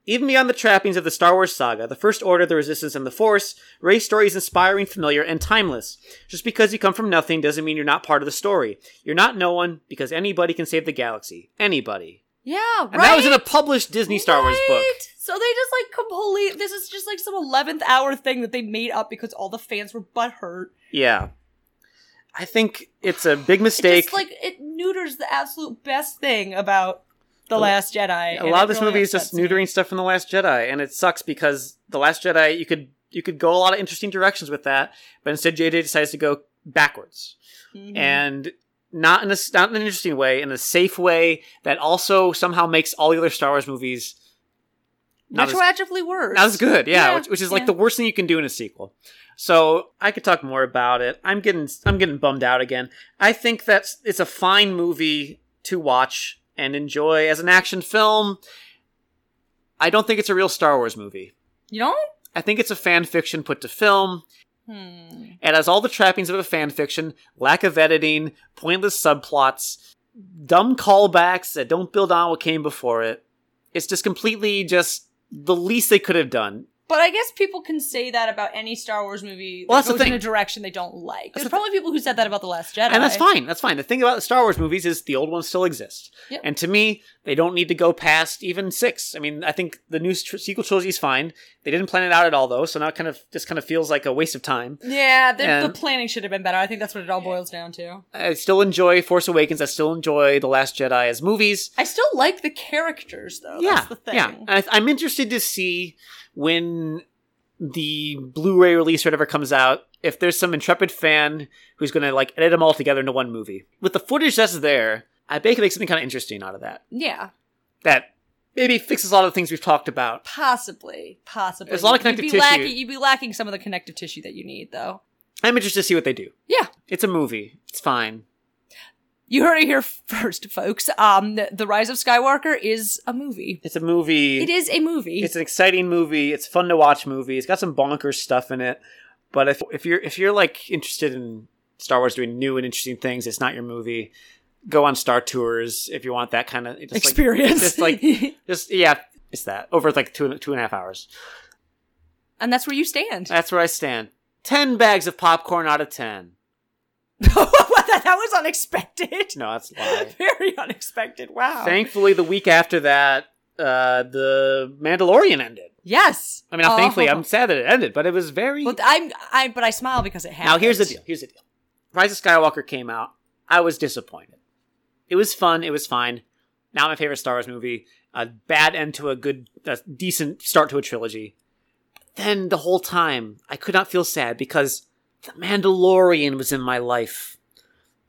Even beyond the trappings of the Star Wars saga, the First Order, the Resistance, and the Force, Ray's story is inspiring, familiar, and timeless. Just because you come from nothing doesn't mean you're not part of the story. You're not no one because anybody can save the galaxy. Anybody.
Yeah. Right.
And that was in a published Disney Star Wars book.
Right? So they just like completely. This is just like some eleventh hour thing that they made up because all the fans were butthurt.
Yeah. I think it's a big
It
mistake.
just like it neuters the absolute best thing about the Last Jedi.
a
and
lot
it
of this
really
movie is
upsets
just
me.
neutering stuff from the last jedi and it sucks because the last jedi you could you could go a lot of interesting directions with that but instead jj decides to go backwards
Mhm.
and not in a s- not in an interesting way in a safe way that also somehow makes all the other star wars movies not as-
retroactively worse.
not as good yeah,
Yeah,
which, which is like
yeah.
the worst thing you can do in a sequel so i could talk more about it i'm getting i'm getting bummed out again i think that's it's a fine movie to watch and enjoy as an action film i don't think it's a real star wars movie
You don't?
i think it's a fan fiction put to film
Hmm.
and has all the trappings of a fan fiction lack of editing pointless subplots dumb callbacks that don't build on what came before it it's just completely just the least they could have done
But I guess people can say that about any Star Wars movie that
Well, that's the
goes
thing.
in a direction they don't like.
That's
There's
the
probably people who said that about the Last Jedi,
And that's fine. That's fine. The thing about the Star Wars movies is the old ones still exist.
Yep.
And to me, they don't need to go past even six. I mean, I think the new tr- sequel trilogy is fine. They didn't plan it out at all, though, so now it kind of just kind of feels like a waste of time.
Yeah, the,
And-
the planning should have been better. I think that's what it all boils down to.
I still enjoy Force Awakens. I still enjoy The Last Jedi as movies.
I still like the characters though.
yeah,
that's the thing.
yeah. And I, I'm interested to see when the Blu-ray release or whatever comes out. If there's some intrepid fan who's going to like edit them all together into one movie with the footage that's there, I bet you can make something kind of interesting out of that.
Yeah,
that maybe fixes a lot of the things we've talked about.
possibly, possibly.
There's a lot of
you'd
connective
be
tissue.
Lacking, you'd be lacking some of the connective tissue that you need, though.
I'm interested to see what they do.
Yeah.
It's a movie. It's fine.
You heard it here first, folks. Um, the, the Rise of Skywalker is a movie.
It's a movie.
It is a movie.
It's an exciting movie. It's fun to watch movie. It's got some bonkers stuff in it. But if if you're if you're like interested in Star Wars doing new and interesting things, it's not your movie. Go on Star Tours if you want that kind of just like-
experience.
just like just yeah, it's that over like two and- two and a half hours.
and that's where you stand.
That's where I stand. Ten bags of popcorn out of ten.
that, that was unexpected.
No, that's a lie.
Very unexpected. Wow.
Thankfully, the week after that, uh, the Mandalorian ended.
yes.
I mean, not
Oh.
thankfully, I'm sad that it ended, but it was very.
But I'm. I. But I smile because it happened.
now, here's the deal. Here's the deal. Rise of Skywalker came out. I was disappointed. It was fun. It was fine. Not my favorite Star Wars movie. A bad end to a good, a decent start to a trilogy. Then the whole time, I could not feel sad because the Mandalorian was in my life,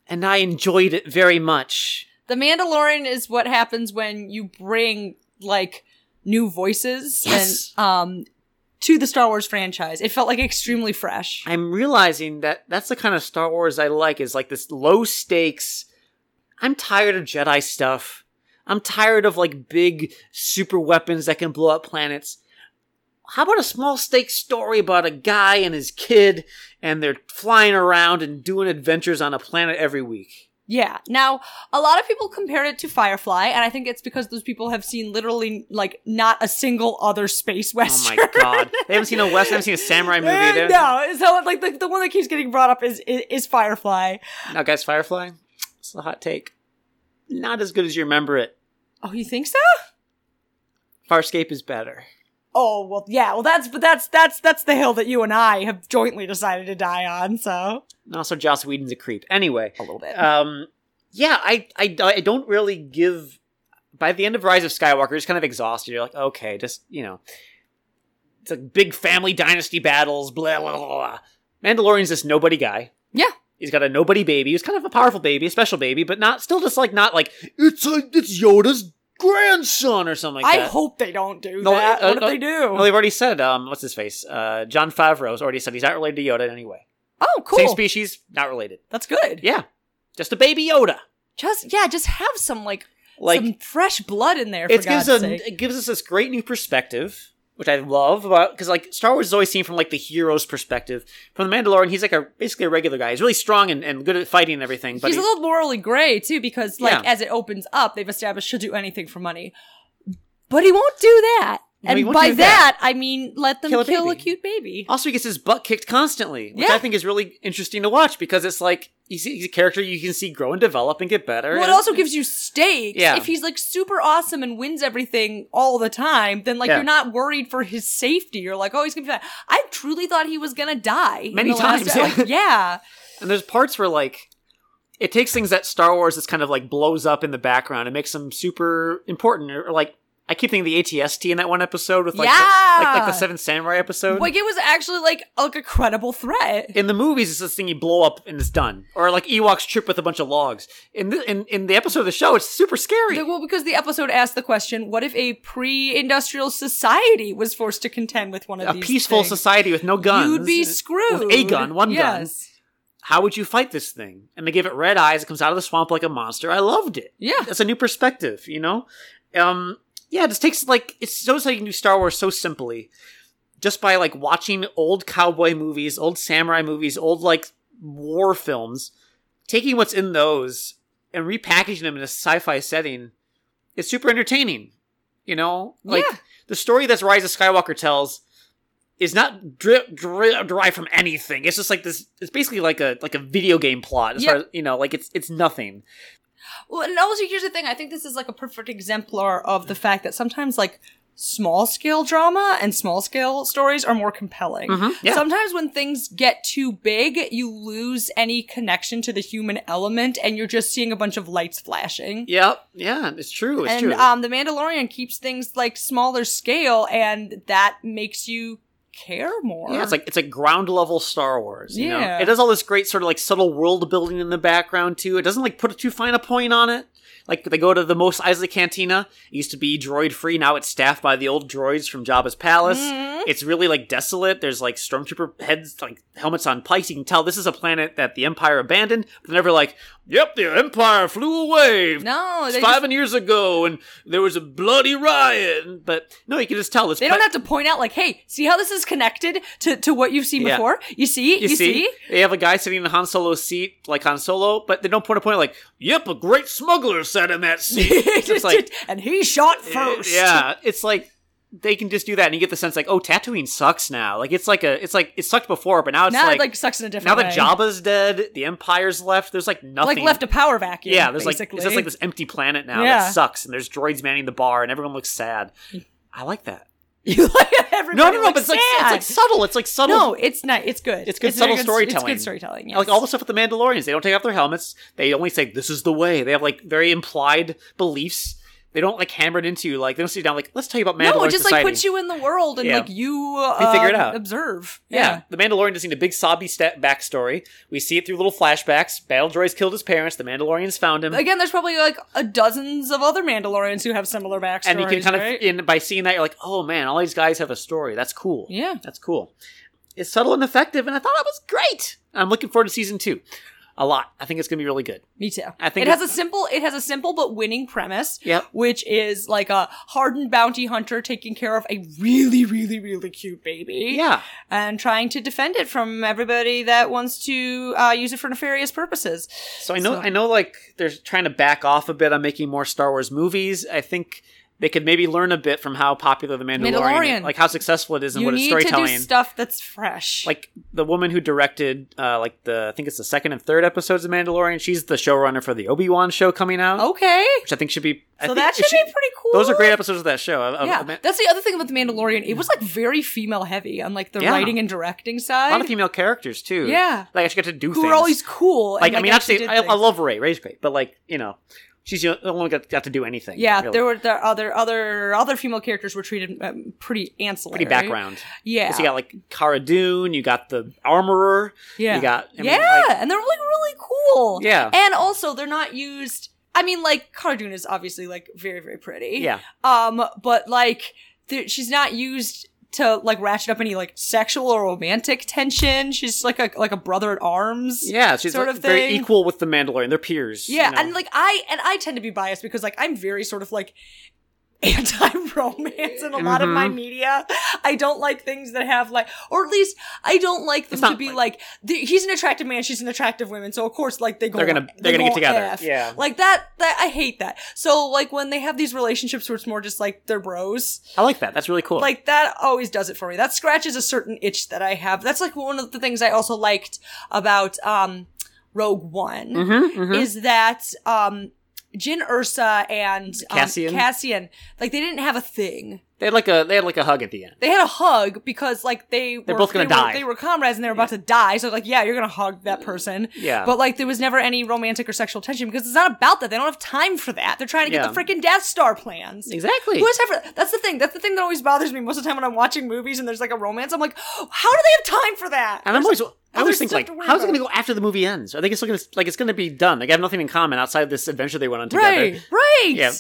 and I enjoyed it very much.
The Mandalorian is what happens when you bring like new voices
Yes.
and um to the Star Wars franchise. It felt like extremely fresh.
I'm realizing that that's the kind of Star Wars I like is like this low stakes. I'm tired of Jedi stuff. I'm tired of like big super weapons that can blow up planets. How about a small stakes story about a guy and his kid and they're flying around and doing adventures on a planet every week?
Yeah. Now, a lot of people compared it to Firefly, and I think it's because those people have seen literally like not a single other space
Oh
western.
my god, they haven't seen a western, they haven't seen a samurai movie.
Eh,
They're-
no, so like the, the one that keeps getting brought up is is, is Firefly.
Now, guys, Firefly, it's a hot take. Not as good as you remember it.
Oh, you think so?
Farscape is better.
Oh well, yeah. Well, that's but that's that's that's the hill that you and I have jointly decided to die on. So
And also, Joss Whedon's a creep. Anyway,
a little bit.
um, yeah, I, I, I don't really give. By the end of Rise of Skywalker, it's kind of exhausted. You're like, okay, just you know, it's like big family dynasty battles. Blah blah blah. blah. Mandalorian's this nobody guy.
Yeah.
he's got a nobody baby. He's kind of a powerful baby, a special baby, but not still just like not like it's a, it's Yoda's grandson or something like
I
that.
hope they don't do
No,
that.
uh,
what if
uh,
they do?
Well, they've already said, um, what's his face? Uh, John Favreau's already said he's not related to Yoda in any way.
oh, cool.
Same species, not related.
that's good.
Yeah, just a baby Yoda.
Just yeah, just have some like
Like
some fresh blood in there. For
it gives
God's
a,
sake.
it gives us this great new perspective, which I love about because like Star Wars is always seen from like the hero's perspective. From the Mandalorian, he's like a basically a regular guy. He's really strong and, and good at fighting and everything. But
He's a
he-
little morally gray too, because like
Yeah.
as it opens up, they've established she'll do anything for money, but he won't do that.
No, he
and
won't
by
do
that.
that.
I mean let them
Kill
kill, a,
a baby.
cute baby.
also he gets his butt kicked constantly, which
Yeah.
I think is really interesting to watch because it's like he's, he's a character you can see grow and develop and get better.
Well, it
and-
also gives you stakes.
Yeah.
If he's like super awesome and wins everything all the time, then like
Yeah.
you're not worried for his safety. You're like, oh, he's gonna be fine. I truly thought he was gonna die in
Many
the last-
times, yeah.
like, yeah,
And there's parts where like it takes things that Star Wars is kind of like blows up in the background and makes them super important. Or, or, like I keep thinking of the ATST in that one episode with like the, like, like the
Yeah.
Seventh Samurai episode.
like it was actually like like a credible threat.
in the movies, it's this thing you blow up and it's done, or like Ewoks trip with a bunch of logs. In the, in in the episode of the show, it's super scary.
The- well, because the episode asked the question, what if a pre-industrial society was forced to contend with one of
a
these
peaceful
things?
society with no guns.
You'd be
with
screwed.
a gun, one gun.
yes.
How would you fight this thing? And they give it red eyes. It comes out of the swamp like a monster. I loved it.
Yeah.
that's a new perspective, you know? Um yeah, it just takes like it shows how you can do Star Wars so simply. Just by like watching old cowboy movies, old samurai movies, old like war films, taking what's in those and repackaging them in a sci-fi setting is super entertaining. You know? Like
Yeah.
the story that's Rise of Skywalker tells is not dri- dri- derived from anything. It's just like this. It's basically like a like a video game plot. As
Yeah.
far as, you know, like it's it's nothing.
Well, and also here's the thing. I think this is like a perfect exemplar of the fact that sometimes like small scale drama and small scale stories are more compelling.
Mm-hmm. yeah.
Sometimes when things get too big, you lose any connection to the human element and you're just seeing a bunch of lights flashing.
Yep. Yeah, it's true. It's
and
true.
um the Mandalorian keeps things like smaller scale and that makes you care more.
yeah, it's like it's like ground level Star Wars. You know?
Yeah.
it does all this great sort of like subtle world building in the background too. It doesn't like put too fine a point on it. Like they go to the Mos Eisley Cantina. It used to be droid free. Now it's staffed by the old droids from Jabba's palace.
Mm-hmm.
It's really like desolate. There's like stormtrooper heads, like helmets on pikes. You can tell this is a planet that the Empire abandoned. But they're never like, "Yep, the Empire flew away."
no,
It's
they,
five
just,
years ago, and there was a bloody riot. But no, you can just tell this.
they don't
pla-
have to point out like, hey, see how this is connected to, to what you've seen
Yeah.
before? You see?
You, see? they have a guy sitting in Han Solo's seat, like Han Solo, but they don't point a point like, "Yep, a great smuggler sat in that seat." it's like,
and he shot first.
yeah, it's like they can just do that, and you get the sense like, "Oh, Tatooine sucks now." Like it's like a, it's like it sucked before, but now it's
now
like,
it like sucks in a different
now
way.
that Jabba's dead, the Empire's left. There's like nothing
like left a power vacuum.
Yeah, there's
basically.
like it's just like this empty planet now
Yeah.
that sucks, and there's droids manning the bar, and everyone looks sad. I like that.
you like everybody.
No, no, no,
looks
but it's like
sad.
it's like subtle. It's like subtle.
no, it's not. It's good.
It's good subtle
very
storytelling.
It's good storytelling. Yes.
Like all the stuff with the Mandalorians, they don't take off their helmets. They only say this is the way. They have like very implied beliefs. They don't like hammer it into you. Like they don't sit down like let's tell you about Mandalorian
no, it just
society.
like puts you in the world and
Yeah.
like you uh,
figure it out.
Observe.
yeah. the Mandalorian doesn't need a big sobby stat backstory. We see it through little flashbacks. Battle droids killed his parents. The Mandalorians found him,
Again, there's probably like a dozens of other Mandalorians who have similar backstories.
and you can kind
right?
of in by seeing that you're like, oh man, all these guys have a story. That's cool.
yeah.
That's cool. It's subtle and effective, and I thought it was great. I'm looking forward to season two. a lot. I think it's gonna be really good.
Me too.
I think
it has a simple, it has a simple but winning premise,
Yep.
which is like a hardened bounty hunter taking care of a really, really, really cute baby,
Yeah,
and trying to defend it from everybody that wants to uh, use it for nefarious purposes.
so I know
So-
I know like they're trying to back off a bit on making more Star Wars movies. I think they could maybe learn a bit from how popular the Mandalorian,
Mandalorian.
Is, like how successful it is and
you
what its
need
storytelling.
to do stuff that's fresh.
like the woman who directed uh, like the I think it's the second and third episodes of Mandalorian. She's the showrunner for the Obi Wan show coming out,
okay,
which I think should be. I
Oh. so
think
that
it
should be pretty cool.
Those are great episodes of that show. Of- of-
Yeah,
of Ma-
that's the other thing about the Mandalorian. It was like very female heavy on like the
Yeah.
writing and directing
a
side.
lot of female characters too.
Yeah.
like I should get to do
who
things.
were always cool. and,
like, I mean,
actually
actually,
did
I, I
things.
love Ray. Ray's great, but like you know, she's the only one got, got to do anything.
Yeah,
really.
there were the other other other female characters were treated um, pretty ancillary.
pretty background.
Yeah,
'Cause you got like Cara Dune, you got the armorer,
yeah,
you got I mean,
yeah,
like-
and they're like really cool.
yeah,
and also they're not used. I mean, like Cardoon is obviously like very very pretty.
yeah.
Um, but like there, she's not used to like ratchet up any like sexual or romantic tension. She's like a like a brother at arms.
Yeah, she's
sort
like,
of
very
thing.
equal with the Mandalorian. They're peers. you
Yeah,
know.
and like I and I tend to be biased because like I'm very sort of like anti-romance in a lot of my
Mm-hmm.
media. I don't like things that have like, or at least I don't like them
It's
to
not
be
like-
like the, he's an attractive man, she's an attractive woman, so of course like they go
they're gonna
they
they're gonna
go
get together.
F.
Yeah,
Like that, that I hate that. So like when they have these relationships where it's more just like they're bros,
I like that. That's really cool.
like that always does it for me. That scratches a certain itch that I have. That's like one of the things I also liked about um Rogue One
Mm-hmm,
is that um Jin Ursa and um,
Cassian?
Cassian, like they didn't have a thing.
they had like a they had like a hug at the end.
They had a hug because like they were
both gonna
they were-
die.
they were comrades and they were about to die. So like yeah, you're gonna hug that person.
Yeah.
But like there was never any romantic or sexual tension because it's not about that. They don't have time for that. They're trying to get
Yeah.
the freaking Death Star plans.
Exactly.
Who has time for that? That's the thing. That's the thing that always bothers me most of the time when I'm watching movies and there's like a romance. I'm like, "Oh, how do they have time for that?
And I'm always, I
there's
always think
stuff
like,
to worry
how's it going to
about.
go after the movie ends? Are they still going to like it's going to be done? Like, I have nothing in common outside of this adventure they went on together.
right, right.
Yeah.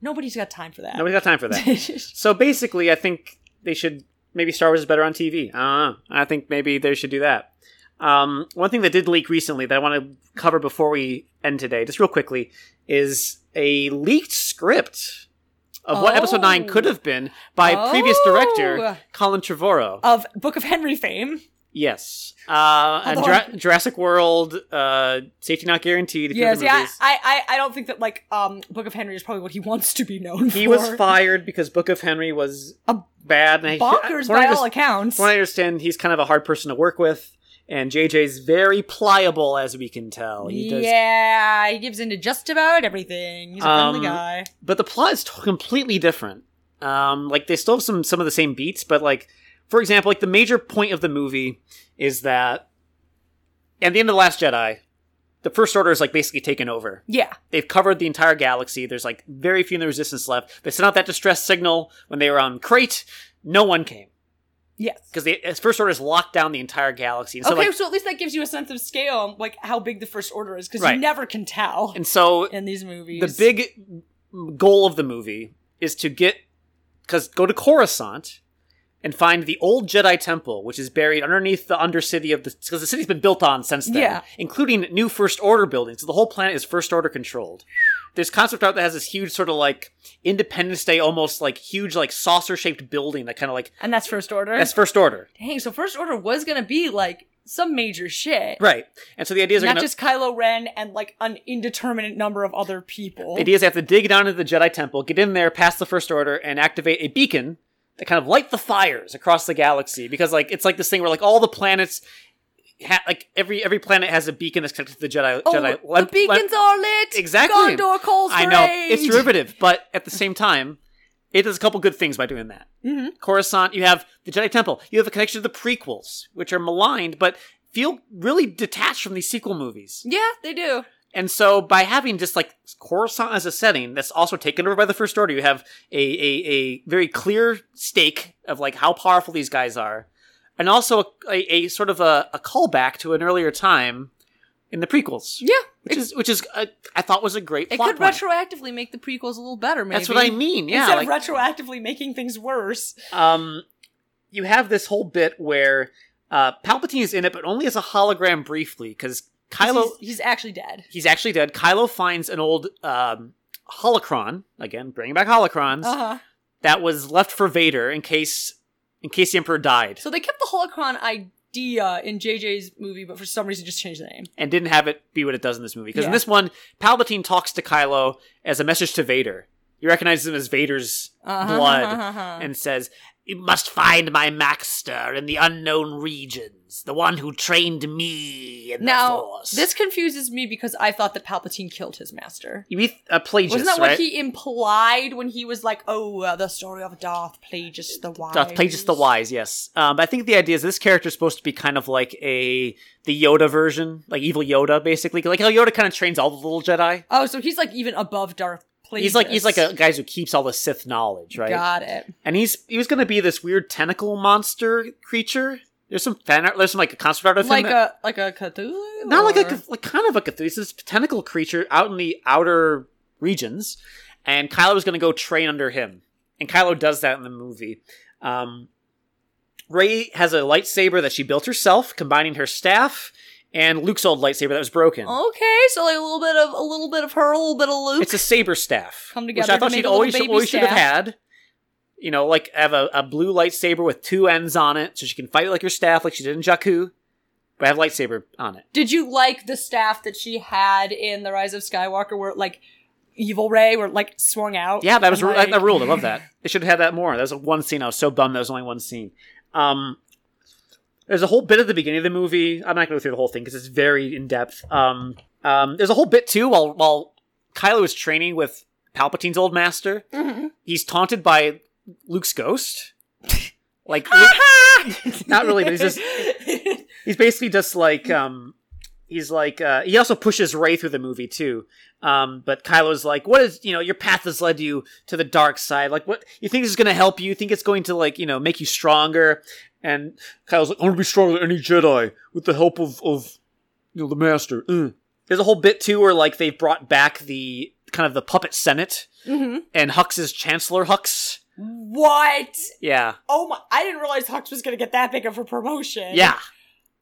Nobody's got time for that.
Nobody's got time for that. so basically, I think they should maybe Star Wars is better on TV. I don't know. I think maybe they should do that. Um, one thing that did leak recently that I want to cover before we end today, just real quickly, is a leaked script of what Episode Nine
Oh.
could have been by previous
Oh.
director Colin Trevorrow.
of Book of Henry fame.
Yes. Uh, and
Although-
Jura- Jurassic World, uh, Safety Not Guaranteed. If you
Yeah,
remember
see, I,
these.
I, I I don't think that like um Book of Henry is probably what he wants to be known for.
He was fired because Book of Henry was
A
bad. And I-
bonkers
from what
by
I
all
just-
accounts.
From what I understand, he's kind of a hard person to work with, and JJ's very pliable, as we can tell. He does
Yeah, he gives into just about everything. He's a
Um,
friendly guy.
but the plot is t- completely different. Um, like they still have some some of the same beats, but like for example, like the major point of the movie is that at the end of the Last Jedi, the First Order is like basically taken over.
Yeah,
They've covered the entire galaxy. There's like very few in the Resistance left. They sent out that distress signal when they were on Crate. No one came
yes.
because the First Order has locked down the entire galaxy. And so,
okay,
like,
so at least that gives you a sense of scale, like how big the First Order is, because
Right.
you never can tell
and so
in these movies.
the big goal of the movie is to get because go to Coruscant and find the old Jedi temple, which is buried underneath the undercity of the because the city's been built on since then,
Yeah.
including new First Order buildings. So the whole planet is First Order controlled. There's concept art that has this huge sort of like Independence Day, almost like huge like saucer shaped building that kind of like
and that's First Order.
that's First Order,
Dang, so First Order was gonna be like some major shit.
right? And so the ideas are
Not
gonna,
just Kylo Ren and like an indeterminate number of other people.
The idea is they have to dig down into the Jedi Temple, get in there, pass the First Order, and activate a beacon that kind of light the fires across the galaxy. Because like it's like this thing where like all the planets, ha- like every every planet has a beacon that's connected to the Jedi.
oh,
Jedi.
the beacons are lit.
Exactly.
Gondor calls
I
for
know
aid.
it's derivative, but at the same time, it does a couple good things by doing that. Mm-hmm. Coruscant, you have the Jedi Temple, you have a connection to the prequels, which are maligned, but feel really detached from these sequel movies.
Yeah, they do.
And so by having just like Coruscant as a setting that's also taken over by the First Order, you have a, a, a very clear stake of like how powerful these guys are. And also a, a, a sort of a, a callback to an earlier time in the prequels.
Yeah.
Which is, which is, uh, I thought was a great
It
plot
could
point.
retroactively make the prequels a little better, maybe.
That's what I mean. Yeah.
Instead of
like-
retroactively making things worse.
um, you have this whole bit where uh, Palpatine is in it, but only as a hologram briefly, because Kylo.
He's, he's actually dead.
he's actually dead. Kylo finds an old um, holocron again, bringing back holocrons
Uh-huh.
that was left for Vader in case in case the Emperor died
So they kept the holocron idea in JJ's movie, but for some reason just changed the name.
and didn't have it be what it does in this movie. Because in
Yeah.
this one, Palpatine talks to Kylo as a message to Vader. He recognizes him as Vader's
Uh-huh,
blood
uh-huh.
and says, "You must find my Maxter in the unknown regions, the one who trained me in the
Now
Force."
this confuses me because I thought that Palpatine killed his master.
you mean a Plagius,
Wasn't that
right?
what he implied when he was like, "Oh, uh, the story of Darth Plagueis the Wise"?
Doth Uh, play just the wise, yes. Um, but I think the idea is this character is supposed to be kind of like a the Yoda version, like evil Yoda, basically. Like how Yoda kind of trains all the little Jedi.
Oh, so he's like even above Darth Plagueis.
He's like he's like a guy who keeps all the Sith knowledge, right?
got it.
And he's he was going to be this weird tentacle monster creature. There's some fan art. There's some like a concept art of
Like
him.
a like a Cthulhu.
not like
or-
a like kind of a Cthulhu. It's this tentacle creature out in the outer regions, and Kylo is going to go train under him. And Kylo does that in the movie. Um, Ray has a lightsaber that she built herself, combining her staff and Luke's old lightsaber that was broken.
Okay, so like a little bit of a little bit of her, a little bit of Oh, Luke.
It's a saber staff,
Come
which
together
I
to
thought
make
she'd
a little
always
baby
always should have
staff.
had. You know, like have a, a blue lightsaber with two ends on it, so she can fight like her staff, like she did in Jakku, but have lightsaber on it.
Did you like the staff that she had in The Rise of Skywalker, where like evil Ray, where it, like swung out?
Yeah, that was
and,
that-
like,
that ruled. I love that. They should have had that more. That was one scene. I was so bummed that was only one scene. Um, there's a whole bit at the beginning of the movie. I'm not going to go through the whole thing because it's very in depth. Um, um, there's a whole bit too while while Kylo is training with Palpatine's old master. He's taunted by Luke's ghost. Like Luke- not really, but he's just he's basically just like um he's like uh he also pushes ray through the movie too um but kylo's like what is you know your path has led you to the dark side like what you think this is going to help you you think it's going to like you know make you stronger and kylo's like i'm going to be stronger than any jedi with the help of of you know the master Uh. there's a whole bit too where like they've brought back the kind of the puppet senate and hux is chancellor hux
what?
yeah
Oh my! I didn't realize Hux was gonna get that big of a promotion.
yeah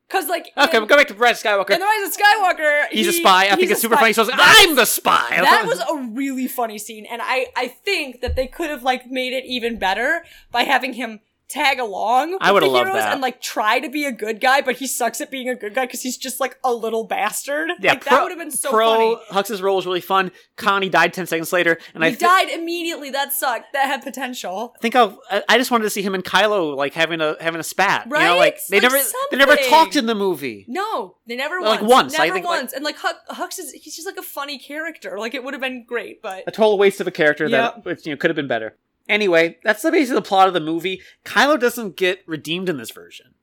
because like
okay
in,
we'll go back to red skywalker
in The Rise of Skywalker,
he's a
he-
spy. I think
he's
it's
a
super
spy.
funny. So I was like,
That-
I'm the spy. I
That
thought-
was a really funny scene, and I I think that they could have like made it even better by having him tag along. With
I would've
the
loved
heroes
that.
and like try to be a good guy, but he sucks at being a good guy because he's just like a little bastard.
yeah.
like,
pro-
that would have been so
pro
funny.
Hux's role was really fun. Connie died ten seconds later, and I
He
thi-
died immediately. That sucked. That had potential.
think I'll, I I just wanted to see him and Kylo like having a having a spat. You know,
Right?
like they
Like
never they never
something.
talked in the movie.
No, they never
Like,
once.
once, I
Never
think, like-
once. and like Hux, Hux is he's just like a funny character. Like it would have been great, but
A total waste of a character
Yep.
that which, you know could have been better. Anyway, that's the basically the plot of the movie. Kylo doesn't get redeemed in this version.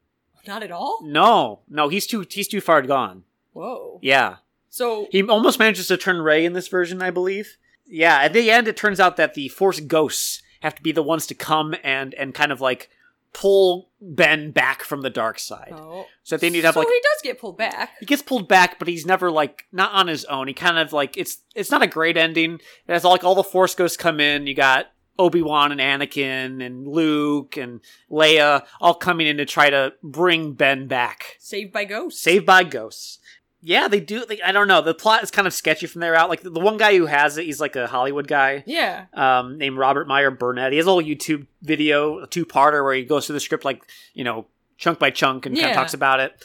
not at all.
No, no, he's too he's too far gone.
Whoa.
Yeah.
So
He almost manages to turn Ray in this version, I believe. Yeah, at the end, it turns out that the Force ghosts have to be the ones to come and and kind of like pull Ben back from the dark side.
no.
So they need to have
Oh, so
like
he does get pulled back.
he gets pulled back, but he's never like not on his own. He kind of like it's it's not a great ending. It has like all the Force ghosts come in. You got Obi Wan and Anakin and Luke and Leia all coming in to try to bring Ben back.
Saved by ghosts.
Saved by Ghosts. Yeah, they do. Like, I don't know. The plot is kind of sketchy from there out. Like the the one guy who has it, he's like a Hollywood guy
Yeah.
um, named Robert Meyer Burnett. He has a little YouTube video, a two-parter, where he goes through the script like you know chunk by chunk and kind
Yeah.
of talks about it.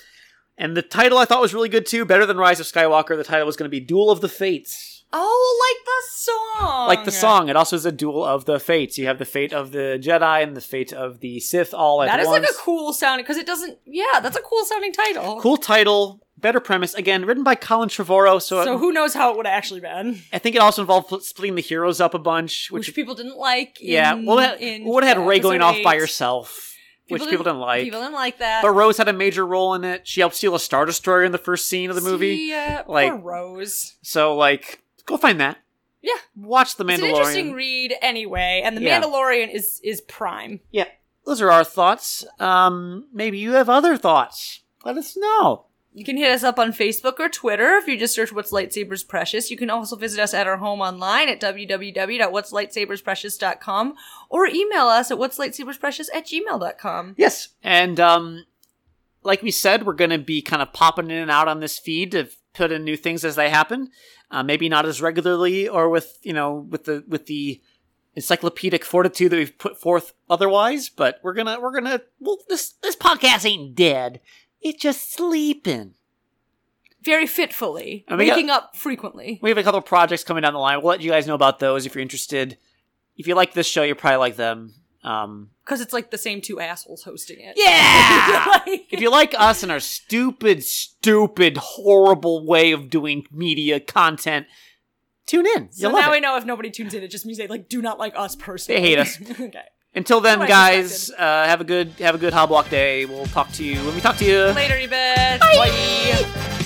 And the title I thought was really good too, better than Rise of Skywalker. The title was going to be Duel of the Fates,
Oh, like the song.
like the song. It also is a duel of the fates. You have the fate of the Jedi and the fate of the Sith all at
That is
once.
like a cool sounding because it doesn't. Yeah, that's a cool sounding title.
cool title, better premise. Again, written by Colin Trevorrow, so,
So who knows how it would have actually been?
I think it also involved pl- splitting the heroes up a bunch,
Which,
which,
people didn't like. In,
yeah, well, it
in,
would have
uh,
had Ray going
episode
off by
eight.
herself, which people didn't like.
People didn't like that.
but Rose had a major role in it. She helped steal a star destroyer in the first scene of the movie.
See, uh,
like-
poor Rose.
So like, go find that.
Yeah.
watch the Mandalorian.
It's an interesting read anyway, and the
Yeah.
Mandalorian is is prime.
yeah, those are our thoughts. Um, maybe you have other thoughts. Let us know.
You can hit us up on Facebook or Twitter if you just search What's Lightsabers Precious. You can also visit us at our home online at www.what'slightsabersprecious.com or email us at what's lightsabersprecious at gmail.com.
Yes, and um, like we said, we're going to be kind of popping in and out on this feed to put in new things as they happen. Uh, maybe not as regularly or with you know with the with the encyclopedic fortitude that we've put forth otherwise. But we're gonna we're gonna well this this podcast ain't dead. It's just sleeping.
Very fitfully,
And we got-
waking up frequently.
We have a couple projects coming down the line. We'll let you guys know about those if you're interested. If you like this show, you probably like them. Um,
Because it's like the same two assholes hosting it.
yeah.
Like-
if you like us and our stupid, stupid, horrible way of doing media content, tune in.
so
You'll love
now
it.
we know if nobody tunes in, it just means they like do not like us personally.
They hate us.
okay.
Until then,
Oh, I
guys,
respected.
uh, have a good have a good Hoblock day. We'll talk to you when we talk to you.
Later, you bitch. Bye.